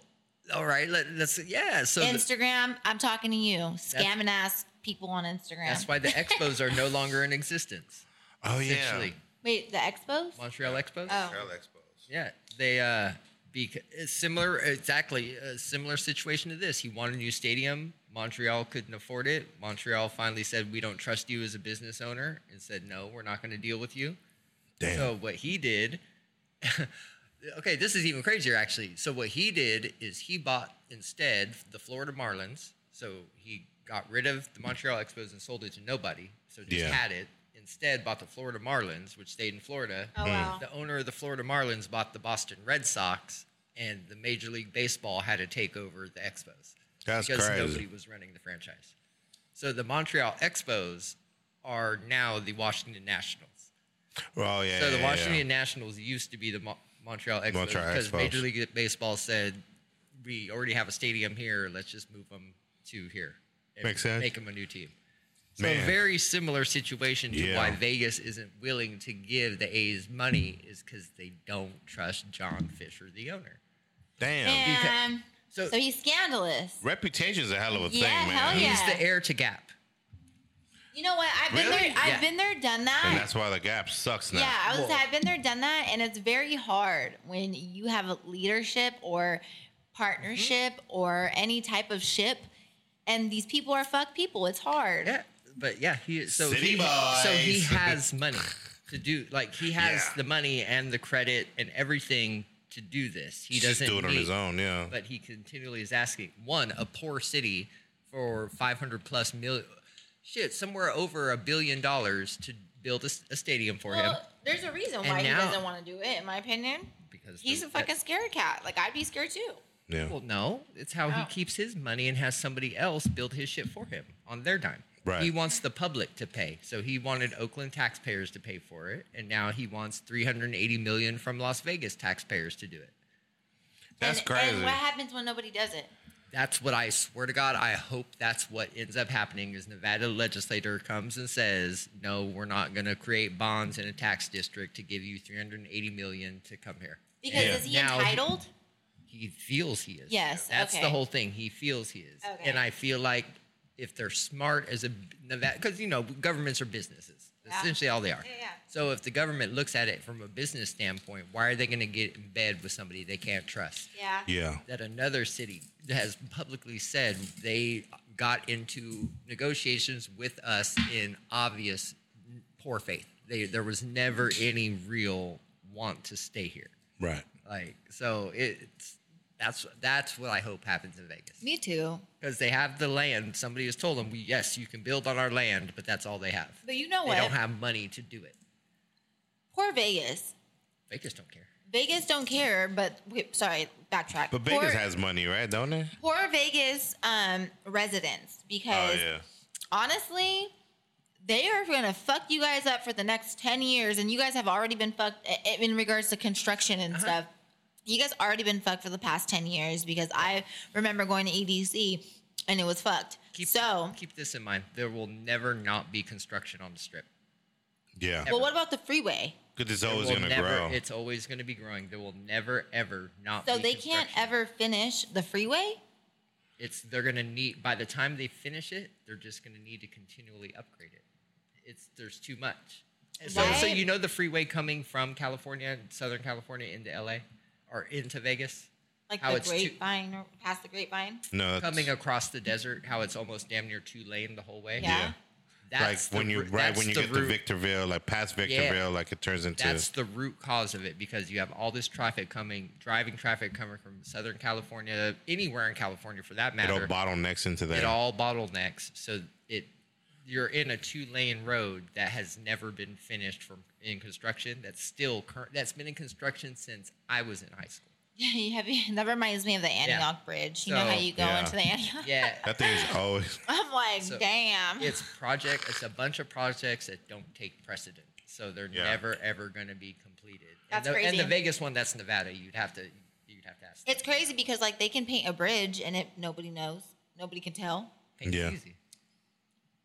Speaker 3: all right. Let, let's yeah. So the-
Speaker 2: Instagram, I'm talking to you, scamming ass people on Instagram.
Speaker 3: that's why the Expos are no longer in existence.
Speaker 1: Oh yeah.
Speaker 3: essentially.
Speaker 2: Wait, the expos?
Speaker 3: Montreal Expos.
Speaker 2: Oh.
Speaker 3: Yeah, they uh, bec- it's similar, exactly a similar situation to this. He wanted a new stadium. Montreal couldn't afford it. Montreal finally said, "We don't trust you as a business owner," and said, "No, we're not going to deal with you."
Speaker 1: Damn.
Speaker 3: So what he did, okay, this is even crazier actually. So what he did is he bought instead the Florida Marlins. So he got rid of the Montreal Expos and sold it to nobody. So just
Speaker 1: Yeah.
Speaker 3: had it. Instead, bought the Florida Marlins, which stayed in Florida.
Speaker 2: Oh,
Speaker 1: Hmm.
Speaker 2: wow.
Speaker 3: The owner of the Florida Marlins bought the Boston Red Sox, and the Major League Baseball had to take over the Expos
Speaker 1: That's
Speaker 3: because
Speaker 1: crazy.
Speaker 3: nobody was running the franchise. So the Montreal Expos are now the Washington Nationals.
Speaker 1: Oh yeah.
Speaker 3: So
Speaker 1: yeah,
Speaker 3: the
Speaker 1: yeah,
Speaker 3: Washington
Speaker 1: yeah.
Speaker 3: Nationals used to be the Mo- Montreal Expos
Speaker 1: Montreal
Speaker 3: because
Speaker 1: Expos.
Speaker 3: Major League Baseball said we already have a stadium here. Let's just move them to here. and
Speaker 1: Makes sense.
Speaker 3: Make them a new team. So
Speaker 1: Man.
Speaker 3: a very similar situation to
Speaker 1: Yeah.
Speaker 3: why Vegas isn't willing to give the A's money is because they don't trust John Fisher, the owner.
Speaker 1: Damn.
Speaker 2: And so,
Speaker 3: So-
Speaker 2: he's scandalous.
Speaker 1: Reputation's a hell of a
Speaker 2: Yeah,
Speaker 1: thing, man.
Speaker 2: hell yeah.
Speaker 3: He's the heir to Gap.
Speaker 2: You know what? I've been
Speaker 1: Really?
Speaker 2: there. I've
Speaker 3: Yeah.
Speaker 2: been there, done that.
Speaker 1: And that's why the gap sucks now.
Speaker 2: Yeah, I was.
Speaker 3: Whoa.
Speaker 2: I've been there, done that, and it's very hard when you have a leadership or
Speaker 3: Mm-hmm.
Speaker 2: partnership or any type of ship, and these people are fuck people. It's hard.
Speaker 3: Yeah, but yeah, he so
Speaker 1: City
Speaker 3: he, so he
Speaker 1: boys.
Speaker 3: has money to do like he has
Speaker 1: Yeah.
Speaker 3: the money and the credit and everything to do this. He
Speaker 1: He's
Speaker 3: doesn't
Speaker 1: just do it on
Speaker 3: need-
Speaker 1: his own, yeah.
Speaker 3: but he continually is asking one a poor city for 500 plus million shit somewhere over a billion dollars to build a, s- a stadium for him
Speaker 2: Well, there's a reason
Speaker 3: And
Speaker 2: why he
Speaker 3: now-
Speaker 2: doesn't want to do it, in my opinion.
Speaker 3: because
Speaker 2: He's
Speaker 3: the-
Speaker 2: a fucking scared cat. Like I'd be scared too.
Speaker 1: yeah.
Speaker 3: well no it's how he
Speaker 2: Oh.
Speaker 3: keeps his money and has somebody else build his shit for him on their dime
Speaker 1: Right.
Speaker 3: He wants the public to pay. So he wanted Oakland taxpayers to pay for it, and now he wants 380 million from Las Vegas taxpayers to do it.
Speaker 1: That's
Speaker 2: and,
Speaker 1: crazy.
Speaker 2: And what happens when nobody does it?
Speaker 3: That's what I swear to God. I hope that's what ends up happening. Is Nevada legislator comes and says, "No, we're not going to create bonds in a tax district to give you 380 million to come here."
Speaker 2: Because
Speaker 1: Yeah.
Speaker 2: is he
Speaker 3: Now-
Speaker 2: entitled?
Speaker 3: He feels he is.
Speaker 2: Yes,
Speaker 3: that's
Speaker 2: okay.
Speaker 3: the whole thing. He feels he is,
Speaker 2: Okay.
Speaker 3: and I feel like if they're smart as a Nevada, because you know governments are businesses.
Speaker 2: Yeah.
Speaker 3: Essentially, all they are.
Speaker 2: Yeah, yeah.
Speaker 3: So if the government looks at it from a business standpoint, why are they going to get in bed with somebody they can't trust?
Speaker 2: yeah.
Speaker 1: yeah.
Speaker 3: that another city has publicly said they got into negotiations with us in obvious poor faith. They, there was never any real want to stay here.
Speaker 1: Right.
Speaker 3: Like so, it's that's that's what I hope happens in Vegas
Speaker 2: Me too.
Speaker 3: because they have the land. Somebody has told them, "We yes, you can build on our land, but that's all they have.
Speaker 2: But you know
Speaker 3: they
Speaker 2: what?
Speaker 3: don't have money to do it.
Speaker 2: Poor Vegas.
Speaker 3: Vegas don't care.
Speaker 2: Vegas don't care, but wait, sorry, backtrack.
Speaker 1: But Vegas
Speaker 2: poor,
Speaker 1: has money, right? Don't they?
Speaker 2: poor Vegas um, residents
Speaker 1: Oh
Speaker 2: because
Speaker 1: yeah.
Speaker 2: honestly, they are gonna fuck you guys up for the next ten years, and you guys have already been fucked i- i- in regards to construction
Speaker 3: Uh-huh.
Speaker 2: and stuff. You guys already been fucked for the past ten years because I remember going to EDC and it was fucked.
Speaker 3: Keep
Speaker 2: so,
Speaker 3: keep this in mind. There will never not be construction on the strip.
Speaker 1: Yeah.
Speaker 2: well, what about the freeway?
Speaker 1: Because it's
Speaker 3: It
Speaker 1: always
Speaker 3: will
Speaker 1: gonna
Speaker 3: never-
Speaker 1: grow.
Speaker 3: It's always going to be growing. There will never ever not.
Speaker 2: So
Speaker 3: be
Speaker 2: they can't
Speaker 3: construction.
Speaker 2: ever finish the freeway.
Speaker 3: It's they're going to need by the time they finish it, they're just going to need to continually upgrade it. It's there's too much. And So, so
Speaker 2: Why-
Speaker 3: you know the freeway coming from California, Southern California into LA or into Vegas,
Speaker 2: Like
Speaker 3: How
Speaker 2: the
Speaker 3: it's too-
Speaker 2: grapevine or past the grapevine.
Speaker 1: no. that's-
Speaker 3: coming across the desert, how it's almost damn near two lane the whole way.
Speaker 2: Yeah.
Speaker 1: like
Speaker 3: That's the
Speaker 1: when you
Speaker 3: ru-
Speaker 1: right
Speaker 3: that's
Speaker 1: when you
Speaker 3: the
Speaker 1: get to
Speaker 3: root-
Speaker 1: Victorville, like past Victorville, like it turns into
Speaker 3: That's the root cause of it because you have all this traffic coming, driving traffic coming from Southern California, anywhere in California for that
Speaker 1: it all
Speaker 3: matter.
Speaker 1: bottlenecks into that.
Speaker 3: It all bottlenecks. So it you're in a two lane road that has never been finished from in construction. That's still current. That's been in construction since I was in high school.
Speaker 2: You have, that reminds me of the Antioch Bridge. You know how
Speaker 3: So-
Speaker 2: you go
Speaker 1: Yeah.
Speaker 2: into the Antioch?
Speaker 3: Yeah.
Speaker 1: that thing is always
Speaker 2: I'm like,
Speaker 3: So,
Speaker 2: damn.
Speaker 3: it's project it's a bunch of projects that don't take precedent so they're
Speaker 1: Yeah.
Speaker 3: never ever going to be completed
Speaker 2: That's
Speaker 3: and the, and the
Speaker 2: crazy.
Speaker 3: vegas one that's nevada you'd have to you'd have to ask
Speaker 2: It's crazy because like they can paint a bridge and it nobody knows. Nobody can tell.
Speaker 3: Paint's
Speaker 1: Yeah.
Speaker 3: easy.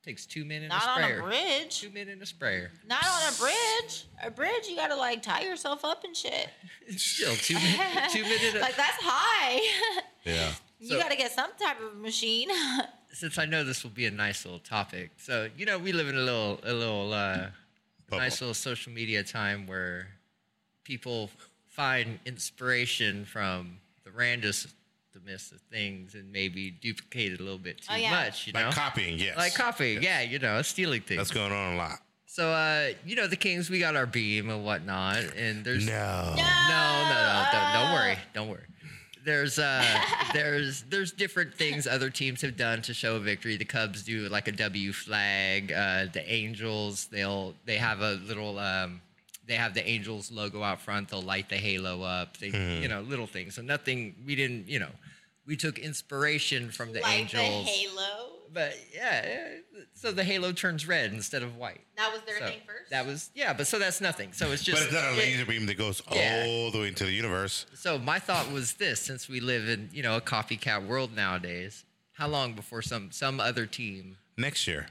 Speaker 3: takes two men and a
Speaker 2: Not on
Speaker 3: sprayer
Speaker 2: a bridge.
Speaker 3: two men and a sprayer
Speaker 2: Not on a bridge. A bridge, you gotta like tie yourself up and shit.
Speaker 3: still two men, two men and a,
Speaker 2: Like that's high.
Speaker 1: yeah.
Speaker 2: you
Speaker 3: So-
Speaker 2: gotta get some type of machine.
Speaker 3: since I know this will be a nice little topic, so you know we live in a little a little uh,
Speaker 1: Bubble.
Speaker 3: nice little social media time where people find inspiration from the randomness of things and maybe duplicate it a little bit too
Speaker 2: Oh, yeah.
Speaker 3: much, you
Speaker 1: Like
Speaker 3: know,
Speaker 1: copying, yes.
Speaker 3: like copying, yeah, you know, stealing things.
Speaker 1: That's going on a lot.
Speaker 3: So uh, you know, the Kings, we got our beam and whatnot, and there's
Speaker 1: No.
Speaker 3: Oh, no, no, no, don't, don't worry,
Speaker 2: Oh.
Speaker 3: don't worry. There's uh, there's there's different things other teams have done to show victory. The Cubs do like a W flag. Uh, the Angels they'll they have a little um, they have the Angels logo out front. They'll light the halo up. They
Speaker 1: Hmm.
Speaker 3: you know little things. So nothing we didn't you know we took inspiration from the
Speaker 2: like
Speaker 3: Angels.
Speaker 2: the halo.
Speaker 3: But yeah, yeah, so the halo turns red instead of white.
Speaker 2: That was their
Speaker 3: So
Speaker 2: thing first.
Speaker 3: That was yeah, but so that's nothing. So it's just
Speaker 1: But it's not a
Speaker 3: it-
Speaker 1: laser beam that goes
Speaker 3: Yeah.
Speaker 1: all the way into the universe.
Speaker 3: so my thought was this: since we live in you know a copycat world nowadays, how long before some some other team,
Speaker 1: Next year.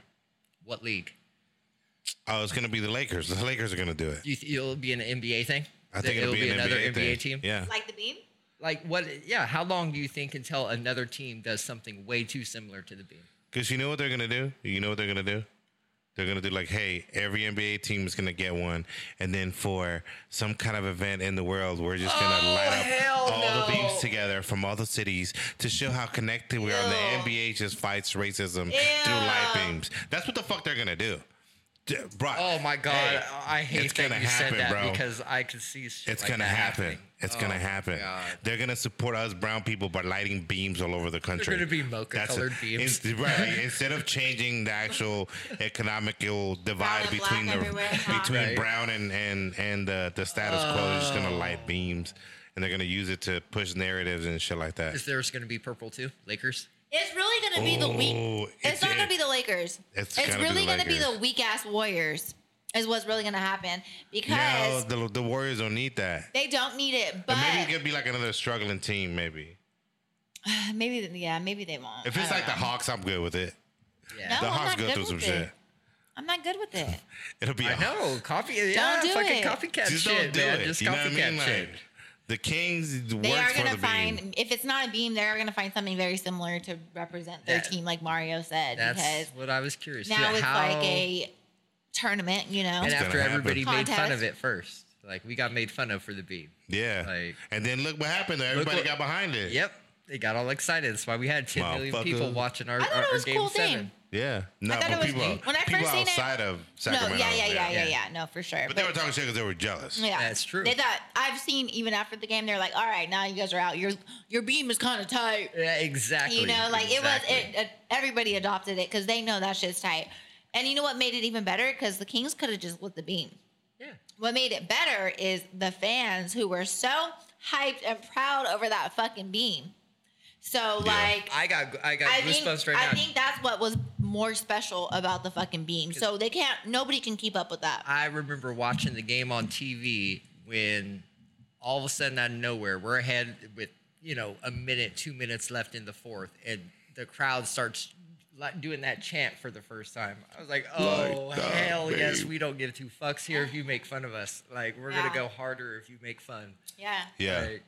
Speaker 3: what league?
Speaker 1: Oh, it's gonna be the Lakers. The Lakers are gonna do it.
Speaker 3: Do you th- it'll be an NBA thing?
Speaker 1: I think
Speaker 3: That
Speaker 1: it'll, be, an
Speaker 3: another
Speaker 1: NBA,
Speaker 3: NBA,
Speaker 1: thing.
Speaker 3: team.
Speaker 1: Yeah.
Speaker 2: like the beam?
Speaker 3: Like what? Yeah. How long do you think until another team does something way too similar to the beam?
Speaker 1: Because you know what they're gonna do? You know what they're gonna do? They're gonna do like, hey, every NBA team is gonna get one, and then for some kind of event in the world, we're just gonna
Speaker 3: Oh,
Speaker 1: light up
Speaker 3: hell
Speaker 1: all the
Speaker 3: no.
Speaker 1: beams together from all the cities to show how connected we are. And The
Speaker 2: Ew.
Speaker 1: NBA just fights racism through light beams. That's what the fuck they're gonna do, D- bro.
Speaker 3: Oh my God!
Speaker 1: hey,
Speaker 3: I hate
Speaker 1: it's
Speaker 3: that
Speaker 1: gonna
Speaker 3: you
Speaker 1: happen,
Speaker 3: said that
Speaker 1: bro.
Speaker 3: because I could see shit
Speaker 1: It's
Speaker 3: like
Speaker 1: gonna
Speaker 3: that
Speaker 1: happen.
Speaker 3: happening.
Speaker 1: It's
Speaker 3: Oh,
Speaker 1: gonna happen.
Speaker 3: God.
Speaker 1: They're gonna support us brown people by lighting beams all over the country.
Speaker 3: gonna be mocha-colored
Speaker 1: it.
Speaker 3: beams.
Speaker 1: Inst- right. Instead of changing the actual economical divide
Speaker 2: and
Speaker 1: between
Speaker 2: black
Speaker 1: the
Speaker 2: everywhere, huh?
Speaker 1: between
Speaker 3: Right.
Speaker 1: brown and and and the, the status quo, they're just gonna
Speaker 3: Oh.
Speaker 1: light beams and they're gonna use it to push narratives and shit like that.
Speaker 3: Is there's gonna be purple too? Lakers.
Speaker 2: It's really gonna be the
Speaker 1: Ooh,
Speaker 3: Oh.
Speaker 2: weak. It's,
Speaker 1: it's-
Speaker 2: not gonna be the Lakers.
Speaker 1: it's
Speaker 2: It's,
Speaker 1: gotta be
Speaker 2: really
Speaker 1: the
Speaker 2: gonna be
Speaker 1: Lakers.
Speaker 2: the weak ass Warriors. Is what's really gonna happen because
Speaker 1: No, the, the Warriors don't need that.
Speaker 2: they don't need it. But
Speaker 1: But maybe it could be like another struggling team. Maybe
Speaker 2: maybe, yeah, maybe they won't.
Speaker 1: if it's
Speaker 2: I
Speaker 1: like
Speaker 2: don't
Speaker 1: the
Speaker 2: know.
Speaker 1: Hawks, I'm good with it.
Speaker 3: Yeah.
Speaker 2: No,
Speaker 1: the
Speaker 2: I'm
Speaker 1: Hawks
Speaker 2: not
Speaker 1: go
Speaker 2: good
Speaker 1: through
Speaker 2: with
Speaker 1: some
Speaker 2: it.
Speaker 1: shit.
Speaker 2: I'm not good with it.
Speaker 1: It'll be. a
Speaker 3: I
Speaker 1: Hawks.
Speaker 3: know. Coffee. Yeah,
Speaker 2: do
Speaker 3: fucking
Speaker 2: it.
Speaker 3: copycat
Speaker 1: Just don't
Speaker 3: shit,
Speaker 1: do
Speaker 3: man.
Speaker 1: it.
Speaker 3: Just
Speaker 1: you know what I
Speaker 3: copycat
Speaker 1: mean?
Speaker 3: shit.
Speaker 1: Like, the Kings
Speaker 2: They
Speaker 1: works
Speaker 2: are
Speaker 1: for
Speaker 2: gonna
Speaker 1: the
Speaker 2: find
Speaker 1: beam.
Speaker 2: if it's not a beam, they're gonna find something very similar to represent their
Speaker 3: That-
Speaker 2: team, like Mario said.
Speaker 3: That's
Speaker 2: Because
Speaker 3: what I was curious. to
Speaker 2: now it's
Speaker 3: how,
Speaker 2: like a tournament, you know.
Speaker 3: and
Speaker 1: gonna
Speaker 3: after
Speaker 1: happen.
Speaker 3: everybody made fun
Speaker 2: Contest.
Speaker 3: of it first, like we got made fun of for the beam.
Speaker 1: Yeah.
Speaker 3: Like-
Speaker 1: and then look what happened. though. Everybody
Speaker 3: what-
Speaker 1: got behind it.
Speaker 3: Yep, they got all excited. That's why we had 10 million
Speaker 1: Motherfucker.
Speaker 3: people watching our,
Speaker 2: I thought
Speaker 3: our,
Speaker 2: it
Speaker 3: our
Speaker 2: was a
Speaker 3: game
Speaker 2: cool
Speaker 3: seven.
Speaker 2: thing.
Speaker 1: Yeah. No,
Speaker 2: thought it
Speaker 1: but
Speaker 2: was
Speaker 1: people,
Speaker 2: neat. When I
Speaker 1: people
Speaker 2: first seen it-
Speaker 1: outside of
Speaker 2: No,
Speaker 1: Sacramento.
Speaker 2: yeah, yeah, yeah, yeah,
Speaker 3: Yeah.
Speaker 2: yeah. No, for sure.
Speaker 1: But they were talking shit because they were jealous.
Speaker 2: Yeah,
Speaker 3: That's true.
Speaker 2: They thought I've seen even after the game, they're like, "All right, now you guys are out. Your your beam is kind of tight."
Speaker 3: Yeah, exactly.
Speaker 2: You know, like
Speaker 3: exactly.
Speaker 2: it was. It, it everybody adopted it because they know that shit's tight. And you know what made it even better? Because the Kings could have just lit the beam.
Speaker 3: Yeah.
Speaker 2: What made it better is the fans who were so hyped and proud over that fucking beam. So
Speaker 1: Yeah.
Speaker 2: like,
Speaker 3: I got I got
Speaker 2: I think,
Speaker 3: goosebumps right
Speaker 2: I
Speaker 3: now.
Speaker 2: think that's what was more special about the fucking beam. So they can't, nobody can keep up with that.
Speaker 3: I remember watching the game on TV when all of a sudden out of nowhere we're ahead with you know a minute, two minutes left in the fourth, and the crowd starts like doing that chant for the first time. I was like, oh
Speaker 1: Like that,
Speaker 3: hell yes,
Speaker 1: babe.
Speaker 3: we don't give two fucks here if you make fun of us. Like we're
Speaker 2: Yeah.
Speaker 3: gonna go harder if you make fun.
Speaker 2: Yeah.
Speaker 1: Yeah.
Speaker 3: Like,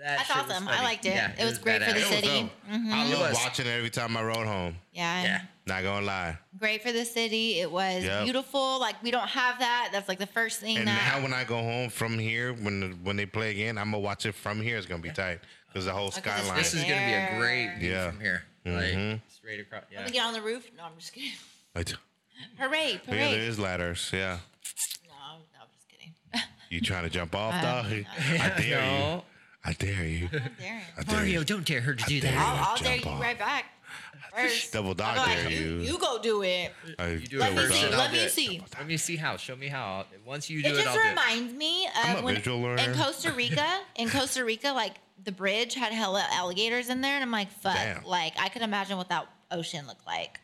Speaker 3: that
Speaker 2: That's
Speaker 3: shit was
Speaker 2: awesome. I
Speaker 3: funny.
Speaker 2: liked it.
Speaker 3: Yeah,
Speaker 2: It was great for
Speaker 1: It
Speaker 2: the
Speaker 1: was
Speaker 3: badass.
Speaker 2: city.
Speaker 1: dope. I
Speaker 2: mm-hmm.
Speaker 3: It
Speaker 1: love
Speaker 3: was.
Speaker 1: watching it every time I rode home.
Speaker 2: Yeah.
Speaker 3: Yeah.
Speaker 1: Not gonna lie.
Speaker 2: Great for the city. It was
Speaker 1: Yep.
Speaker 2: beautiful. Like we don't have that. That's like the first thing
Speaker 1: And
Speaker 2: that
Speaker 1: now when I go home from here, when the, when they play again, I'm gonna watch it from here. It's gonna be tight because the whole
Speaker 2: Oh, 'cause it's
Speaker 1: skyline.
Speaker 3: This is gonna be a great view
Speaker 1: Yeah. Mm-hmm.
Speaker 3: from here. Like straight across.
Speaker 2: Let
Speaker 3: Yeah.
Speaker 2: me get on the roof. No, I'm just kidding.
Speaker 1: Like,
Speaker 2: Parade,
Speaker 1: yeah, there
Speaker 2: parade.
Speaker 1: is ladders. Yeah,
Speaker 2: No, no, I'm just kidding.
Speaker 1: you trying to jump off,
Speaker 2: Uh,
Speaker 1: dog? I dare you.
Speaker 3: No.
Speaker 1: I dare you.
Speaker 2: I'm daring.
Speaker 1: I dare
Speaker 3: Mario,
Speaker 1: you.
Speaker 3: don't dare her to do
Speaker 1: dare
Speaker 3: that.
Speaker 2: I'll, I'll dare
Speaker 1: Jump
Speaker 2: you
Speaker 1: off.
Speaker 2: right back. First.
Speaker 1: Double dog
Speaker 2: I'm
Speaker 1: dare
Speaker 2: you,
Speaker 1: you.
Speaker 2: you go do it.
Speaker 1: I
Speaker 3: You do
Speaker 2: Let
Speaker 3: it
Speaker 2: me
Speaker 3: first,
Speaker 2: see.
Speaker 3: and I'll
Speaker 2: Let
Speaker 3: do
Speaker 2: me
Speaker 3: it.
Speaker 2: see.
Speaker 3: Let me see how. Show me how. Once you do
Speaker 2: It
Speaker 3: it, I'll
Speaker 2: just
Speaker 3: do it.
Speaker 2: reminds me
Speaker 1: I'm
Speaker 2: of
Speaker 1: a
Speaker 2: when
Speaker 1: visual learner.
Speaker 2: in Costa Rica, in Costa Rica, like the bridge had hella alligators in there, and I'm like, fuck,
Speaker 1: Damn.
Speaker 2: like I could imagine what that ocean looked like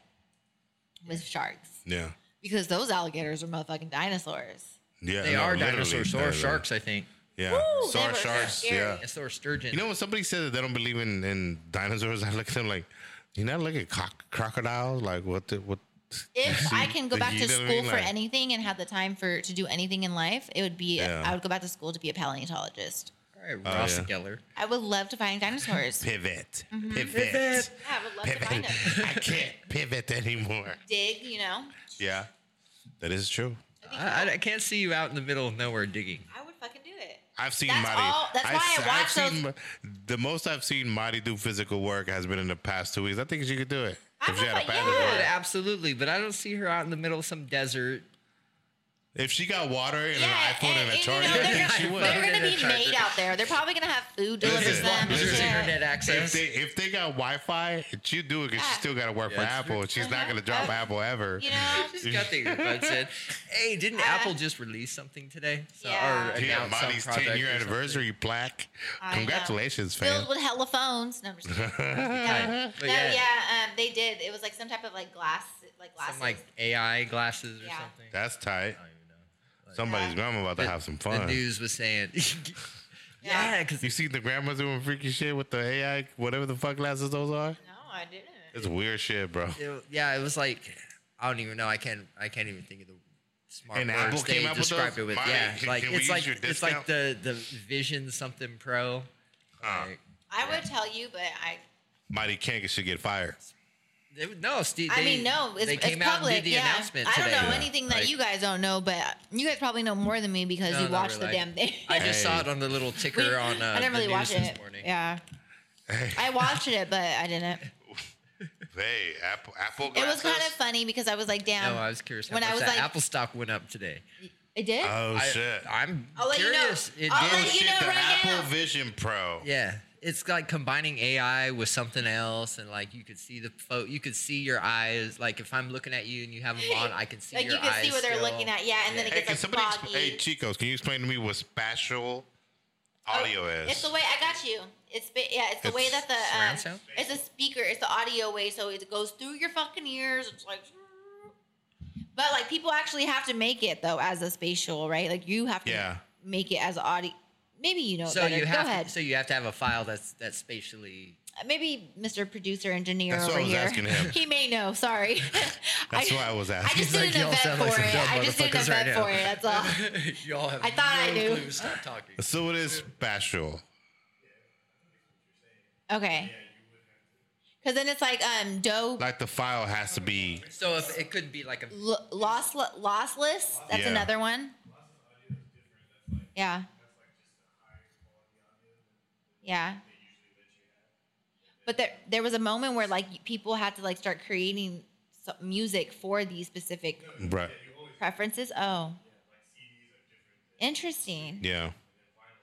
Speaker 2: with sharks
Speaker 1: Yeah.
Speaker 2: because those alligators are motherfucking dinosaurs.
Speaker 1: Yeah.
Speaker 3: They
Speaker 1: no,
Speaker 3: are
Speaker 1: literally,
Speaker 3: dinosaurs or
Speaker 1: literally.
Speaker 3: sharks, I think.
Speaker 1: Yeah.
Speaker 2: Woo,
Speaker 1: Sar-
Speaker 2: they were
Speaker 1: sharks.
Speaker 2: scary.
Speaker 1: Yeah.
Speaker 3: Yes, or sturgeon.
Speaker 1: You know when somebody says that they don't believe in, in dinosaurs, I look at them like, you not look at croc- crocodiles. Like what? The, what?
Speaker 2: If
Speaker 1: See,
Speaker 2: I can go
Speaker 1: the-
Speaker 2: back
Speaker 1: you
Speaker 2: to
Speaker 1: know what I
Speaker 2: school
Speaker 1: mean?
Speaker 2: for
Speaker 1: Like-
Speaker 2: anything and have the time for to do anything in life, it would be
Speaker 1: Yeah.
Speaker 2: I would go back to school to be a paleontologist.
Speaker 3: All right, Ross
Speaker 1: yeah.
Speaker 3: Geller.
Speaker 2: I would love to find dinosaurs.
Speaker 1: Pivot.
Speaker 2: Mm-hmm.
Speaker 1: Pivot.
Speaker 3: Pivot.
Speaker 2: Yeah, I would love to find
Speaker 1: Pivot.
Speaker 2: them.
Speaker 1: I can't pivot anymore.
Speaker 2: Dig, you know.
Speaker 1: Yeah. That is true.
Speaker 3: I, I can't see you out in the middle of nowhere digging.
Speaker 2: I would fucking do it.
Speaker 1: I've seen
Speaker 2: That's
Speaker 1: Marty.
Speaker 2: all- that's why I watch
Speaker 1: seen, Ma- The most I've seen Marty do physical work has been in the past two weeks. I think she could do it.
Speaker 2: I
Speaker 1: if she had a
Speaker 2: thought,
Speaker 1: family.
Speaker 2: yeah.
Speaker 3: But absolutely, but I don't see her out in the middle of some desert.
Speaker 1: If she got water and
Speaker 2: Yeah,
Speaker 1: an iPhone and, a
Speaker 2: you know,
Speaker 1: charger, I
Speaker 2: they're,
Speaker 1: think she
Speaker 2: gonna,
Speaker 1: would.
Speaker 2: they're gonna
Speaker 3: Internet
Speaker 2: be
Speaker 3: charger.
Speaker 2: made out there. They're probably gonna have food
Speaker 1: Listen,
Speaker 2: delivered to them.
Speaker 1: listen.
Speaker 3: There's
Speaker 2: shit.
Speaker 3: internet
Speaker 1: If
Speaker 3: access.
Speaker 1: they if they got Wi Fi, she'll do it because she
Speaker 2: Yeah.
Speaker 1: still got to work for
Speaker 3: Yeah, that's
Speaker 1: Apple.
Speaker 3: true.
Speaker 1: She's not going to drop Apple ever.
Speaker 2: Ah. Uh-huh. You know,
Speaker 3: She's got the earbuds in. Hey, didn't Apple just release something today? So,
Speaker 2: Uh-huh. Yeah.
Speaker 3: Or
Speaker 2: Yeah,
Speaker 1: Yeah,
Speaker 3: announce some
Speaker 1: Marty's
Speaker 3: project
Speaker 1: 10 year
Speaker 3: or something?
Speaker 1: anniversary plaque.
Speaker 2: I know.
Speaker 1: Congratulations, fam.
Speaker 2: filled with hella phones. No, I'm just kidding.
Speaker 3: Right.
Speaker 2: Uh-huh.
Speaker 3: But
Speaker 2: no, yeah, um, they did. It was like some type of like glass, like glasses.
Speaker 3: Some like AI glasses or
Speaker 2: Yeah.
Speaker 3: something.
Speaker 1: That's tight.
Speaker 3: I don't even know.
Speaker 1: Somebody's grandma about to have some
Speaker 3: The
Speaker 1: fun.
Speaker 3: news was saying,
Speaker 2: Yeah.
Speaker 3: yeah, because
Speaker 1: You see the grandmas doing freaky shit with the AI, whatever the fuck glasses those are?
Speaker 2: no, I didn't.
Speaker 1: It's weird shit, bro.
Speaker 3: it, yeah, it was like I don't even know. I can't. I can't even think of the smart
Speaker 1: And
Speaker 3: words
Speaker 1: Apple
Speaker 3: they
Speaker 1: came up with
Speaker 3: described
Speaker 1: those?
Speaker 3: it with.
Speaker 1: Marty,
Speaker 3: yeah,
Speaker 1: can-
Speaker 3: like
Speaker 1: can we
Speaker 3: it's
Speaker 1: use
Speaker 3: like
Speaker 1: your
Speaker 3: it's
Speaker 1: discount?
Speaker 3: like the the Vision something Pro.
Speaker 1: Uh,
Speaker 3: Like,
Speaker 2: I would tell you, but I.
Speaker 1: Mighty Kank should get fired.
Speaker 3: they, no, Steve.
Speaker 2: I
Speaker 3: they-
Speaker 2: mean, no, it's,
Speaker 3: they
Speaker 2: it's
Speaker 3: came out
Speaker 2: public.
Speaker 3: and did the
Speaker 2: yeah,
Speaker 3: announcement
Speaker 2: I
Speaker 3: today.
Speaker 2: don't know anything that
Speaker 3: Like,
Speaker 2: you guys don't know, but you guys probably know more than me because
Speaker 3: no,
Speaker 2: you
Speaker 3: not
Speaker 2: watch the
Speaker 3: really.
Speaker 2: damn thing.
Speaker 3: I just saw
Speaker 1: Hey.
Speaker 3: it on the little ticker
Speaker 2: We-
Speaker 3: on. Uh,
Speaker 2: I didn't
Speaker 3: the
Speaker 2: really watch
Speaker 3: news this
Speaker 2: it.
Speaker 3: Morning.
Speaker 2: Yeah, I watched it, but I didn't.
Speaker 1: Hey, Apple, Apple
Speaker 2: It
Speaker 1: glasses.
Speaker 2: was kind of funny because I was like,
Speaker 3: No,
Speaker 2: damn.
Speaker 3: I was curious. How
Speaker 2: When
Speaker 3: much
Speaker 2: I was
Speaker 3: that
Speaker 2: like,
Speaker 3: Apple stock went up today.
Speaker 2: it did.
Speaker 1: Oh,
Speaker 3: I,
Speaker 1: shit.
Speaker 3: I'm
Speaker 2: I'll let you know.
Speaker 3: curious. It
Speaker 2: I'll
Speaker 3: did.
Speaker 2: let you
Speaker 1: shit,
Speaker 2: know
Speaker 1: the
Speaker 2: right
Speaker 1: Apple
Speaker 2: now.
Speaker 1: Vision Pro.
Speaker 3: Yeah, it's like combining AI with something else, and like you could see the photo, you could see your eyes. Like if I'm looking at you and you have them on, I can see
Speaker 2: like
Speaker 3: your
Speaker 2: you can
Speaker 3: eyes
Speaker 2: see what they're
Speaker 3: still.
Speaker 2: looking at. Yeah, and then it
Speaker 1: Hey,
Speaker 2: gets
Speaker 1: can
Speaker 2: like
Speaker 1: somebody
Speaker 2: foggy.
Speaker 1: exp- hey, Chicos, can you explain to me what spatial Audio is.
Speaker 2: Oh, It's the way I got you. It's ba- yeah. It's the way
Speaker 1: It's
Speaker 2: that the um,
Speaker 3: surround sound?
Speaker 2: it's a speaker. It's the audio way, so it goes through your fucking ears. It's like, but like people actually have to make it though as a spatial, right? Like you have to
Speaker 1: Yeah.
Speaker 2: make it as audio. Maybe you know. it
Speaker 3: So
Speaker 2: better.
Speaker 3: you
Speaker 2: Go
Speaker 3: have
Speaker 2: ahead. Uh,
Speaker 3: to, so you have to have a file that's that's spatially
Speaker 2: Maybe Mr. Producer Engineer
Speaker 1: That's what
Speaker 2: over
Speaker 1: I was
Speaker 2: here.
Speaker 1: asking him.
Speaker 2: He may know. Sorry.
Speaker 1: That's why I was asking.
Speaker 2: I
Speaker 1: He's
Speaker 2: just did
Speaker 1: like,
Speaker 2: an
Speaker 3: "Y'all
Speaker 2: event
Speaker 3: sound like
Speaker 2: for
Speaker 3: some
Speaker 2: it.
Speaker 3: dumb
Speaker 2: I just did an
Speaker 3: motherfuckers right
Speaker 2: event for it. That's all.
Speaker 3: y'all have
Speaker 2: I thought I no knew. clue.
Speaker 3: Stop talking.
Speaker 1: So it is special.
Speaker 2: Okay. Because then it's like um dope
Speaker 1: Like the file has to be.
Speaker 3: So if it could be like a
Speaker 2: L- loss lossless. That's
Speaker 1: Yeah.
Speaker 2: another one. Yeah. Yeah. But there there was a moment where like people had to like start creating so- music for these specific
Speaker 1: Right.
Speaker 2: preferences. Oh. Interesting.
Speaker 1: Yeah.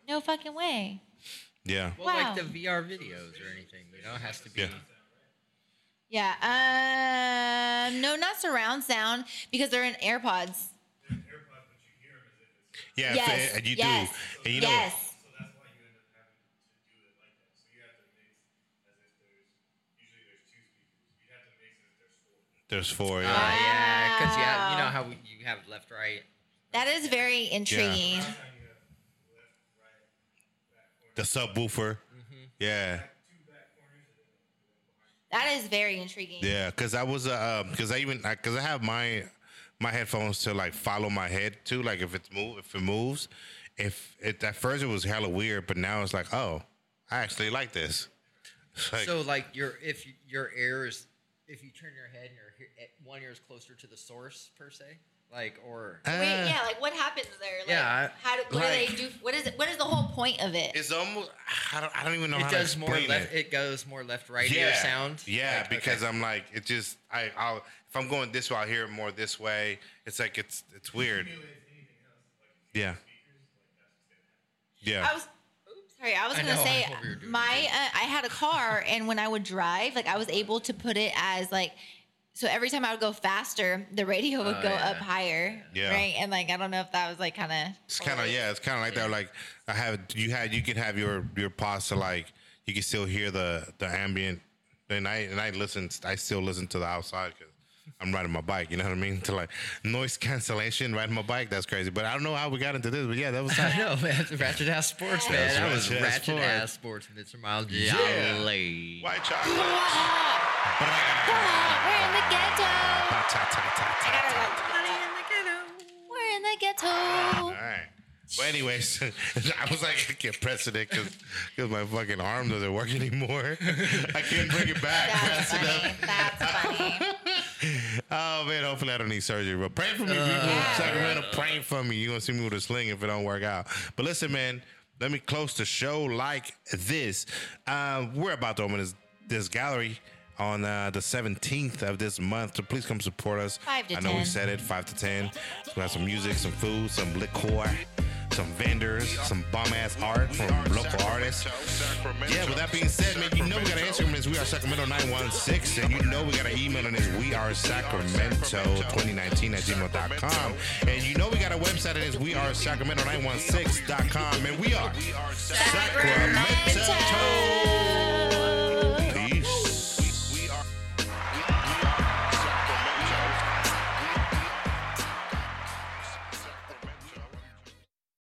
Speaker 2: No fucking way.
Speaker 1: Yeah.
Speaker 3: well,
Speaker 2: Wow.
Speaker 3: like the VR videos or anything, you know, it has to be.
Speaker 1: Yeah.
Speaker 2: Yeah. Um no, not surround sound because they're in AirPods.
Speaker 1: Yeah.
Speaker 2: Yes,
Speaker 1: so, and you
Speaker 2: yes,
Speaker 1: do. And you know,
Speaker 2: yes.
Speaker 1: there's four.
Speaker 3: Uh,
Speaker 2: Uh-huh.
Speaker 1: Yeah.
Speaker 3: yeah, because you have, you
Speaker 2: Wow.
Speaker 3: know how you have left, right.
Speaker 2: That is very intriguing.
Speaker 1: the subwoofer.
Speaker 2: Mm-hmm.
Speaker 1: Yeah.
Speaker 2: That is very intriguing.
Speaker 1: Yeah, because I was uh, because I even because I have my my headphones to like follow my head too. Like if it's move, if it moves, if it at first it was hella weird, but now it's like, oh, I actually like this. It's like,
Speaker 3: so like your if you- your ear is if you turn your head and your he- eh, one ear is closer to the source per se, like or
Speaker 1: ah.
Speaker 2: Wait, yeah, like what happens there? Like,
Speaker 3: Uh, Yeah, I-
Speaker 2: How do, what do
Speaker 1: like-
Speaker 2: they do? What is it? What is the whole point of it?
Speaker 1: it's almost I don't, I don't even know
Speaker 3: it
Speaker 1: how
Speaker 3: does
Speaker 1: to
Speaker 3: more
Speaker 1: explain
Speaker 3: left.
Speaker 1: it.
Speaker 3: It. goes more left right ear sound.
Speaker 1: Yeah,
Speaker 3: Like,
Speaker 1: because
Speaker 3: okay.
Speaker 1: I'm like it just I I'll if I'm going this way, I'll hear it more this way. It's like it's it's weird. Yeah. Yeah.
Speaker 2: I was oops, sorry. I was
Speaker 3: I
Speaker 2: gonna
Speaker 3: know,
Speaker 2: say
Speaker 3: I thought we were doing
Speaker 2: my
Speaker 3: good.
Speaker 2: uh, I had a car, and when I would drive, like I was able to put it as like. So every time I would go faster, the radio would
Speaker 3: Oh,
Speaker 2: go
Speaker 3: yeah.
Speaker 2: up higher,
Speaker 1: Yeah.
Speaker 2: right? And like I don't know if that was like kind of
Speaker 1: It's kind of yeah. It's kind of like that. Like I have you had you can have your your pause to like you can still hear the the ambient and I and I listen I still listen to the outside because I'm riding my bike. You know what I mean? To like noise cancellation riding my bike. That's crazy. But I don't know how we got into this. But yeah, that was
Speaker 3: I know, man. Ratchet ass sports, man.
Speaker 1: That's
Speaker 3: that was
Speaker 1: ratchet ass
Speaker 3: ratchet
Speaker 1: sports.
Speaker 3: ass sports, Mr. Miles. Jolly.
Speaker 1: white chocolate.
Speaker 2: "Ah, We're in the ghetto. I gotta
Speaker 1: Ba-ta-ta-ta-ta-ta.
Speaker 2: like, We're in the ghetto.
Speaker 1: All right. Well, anyways, I was like, I can't press it because my fucking arm doesn't work anymore. I can't bring it back.
Speaker 2: That's
Speaker 1: Press it up.
Speaker 2: funny. That's funny.
Speaker 1: Oh man, hopefully I don't need surgery, but pray for me, people. in Sacramento, pray for me. You're gonna see me with a sling if it don't work out. But listen, man, let me close the show like this. Uh, we're about to open this, this gallery on uh, the 17th of this month, so please come support us.
Speaker 2: Five to
Speaker 1: I know we
Speaker 2: 10.
Speaker 1: said it, five to ten. We have some music, some food, some liquor, some vendors, some bum ass art from local artists. Yeah, with that being said, man, you know we got an Instagram is we are Sacramento 916, and you know we got an email and it's we are Sacramento 2019 at gmail.com. And you know we got a website and it's we are Sacramento 916.com, and we are Sacramento.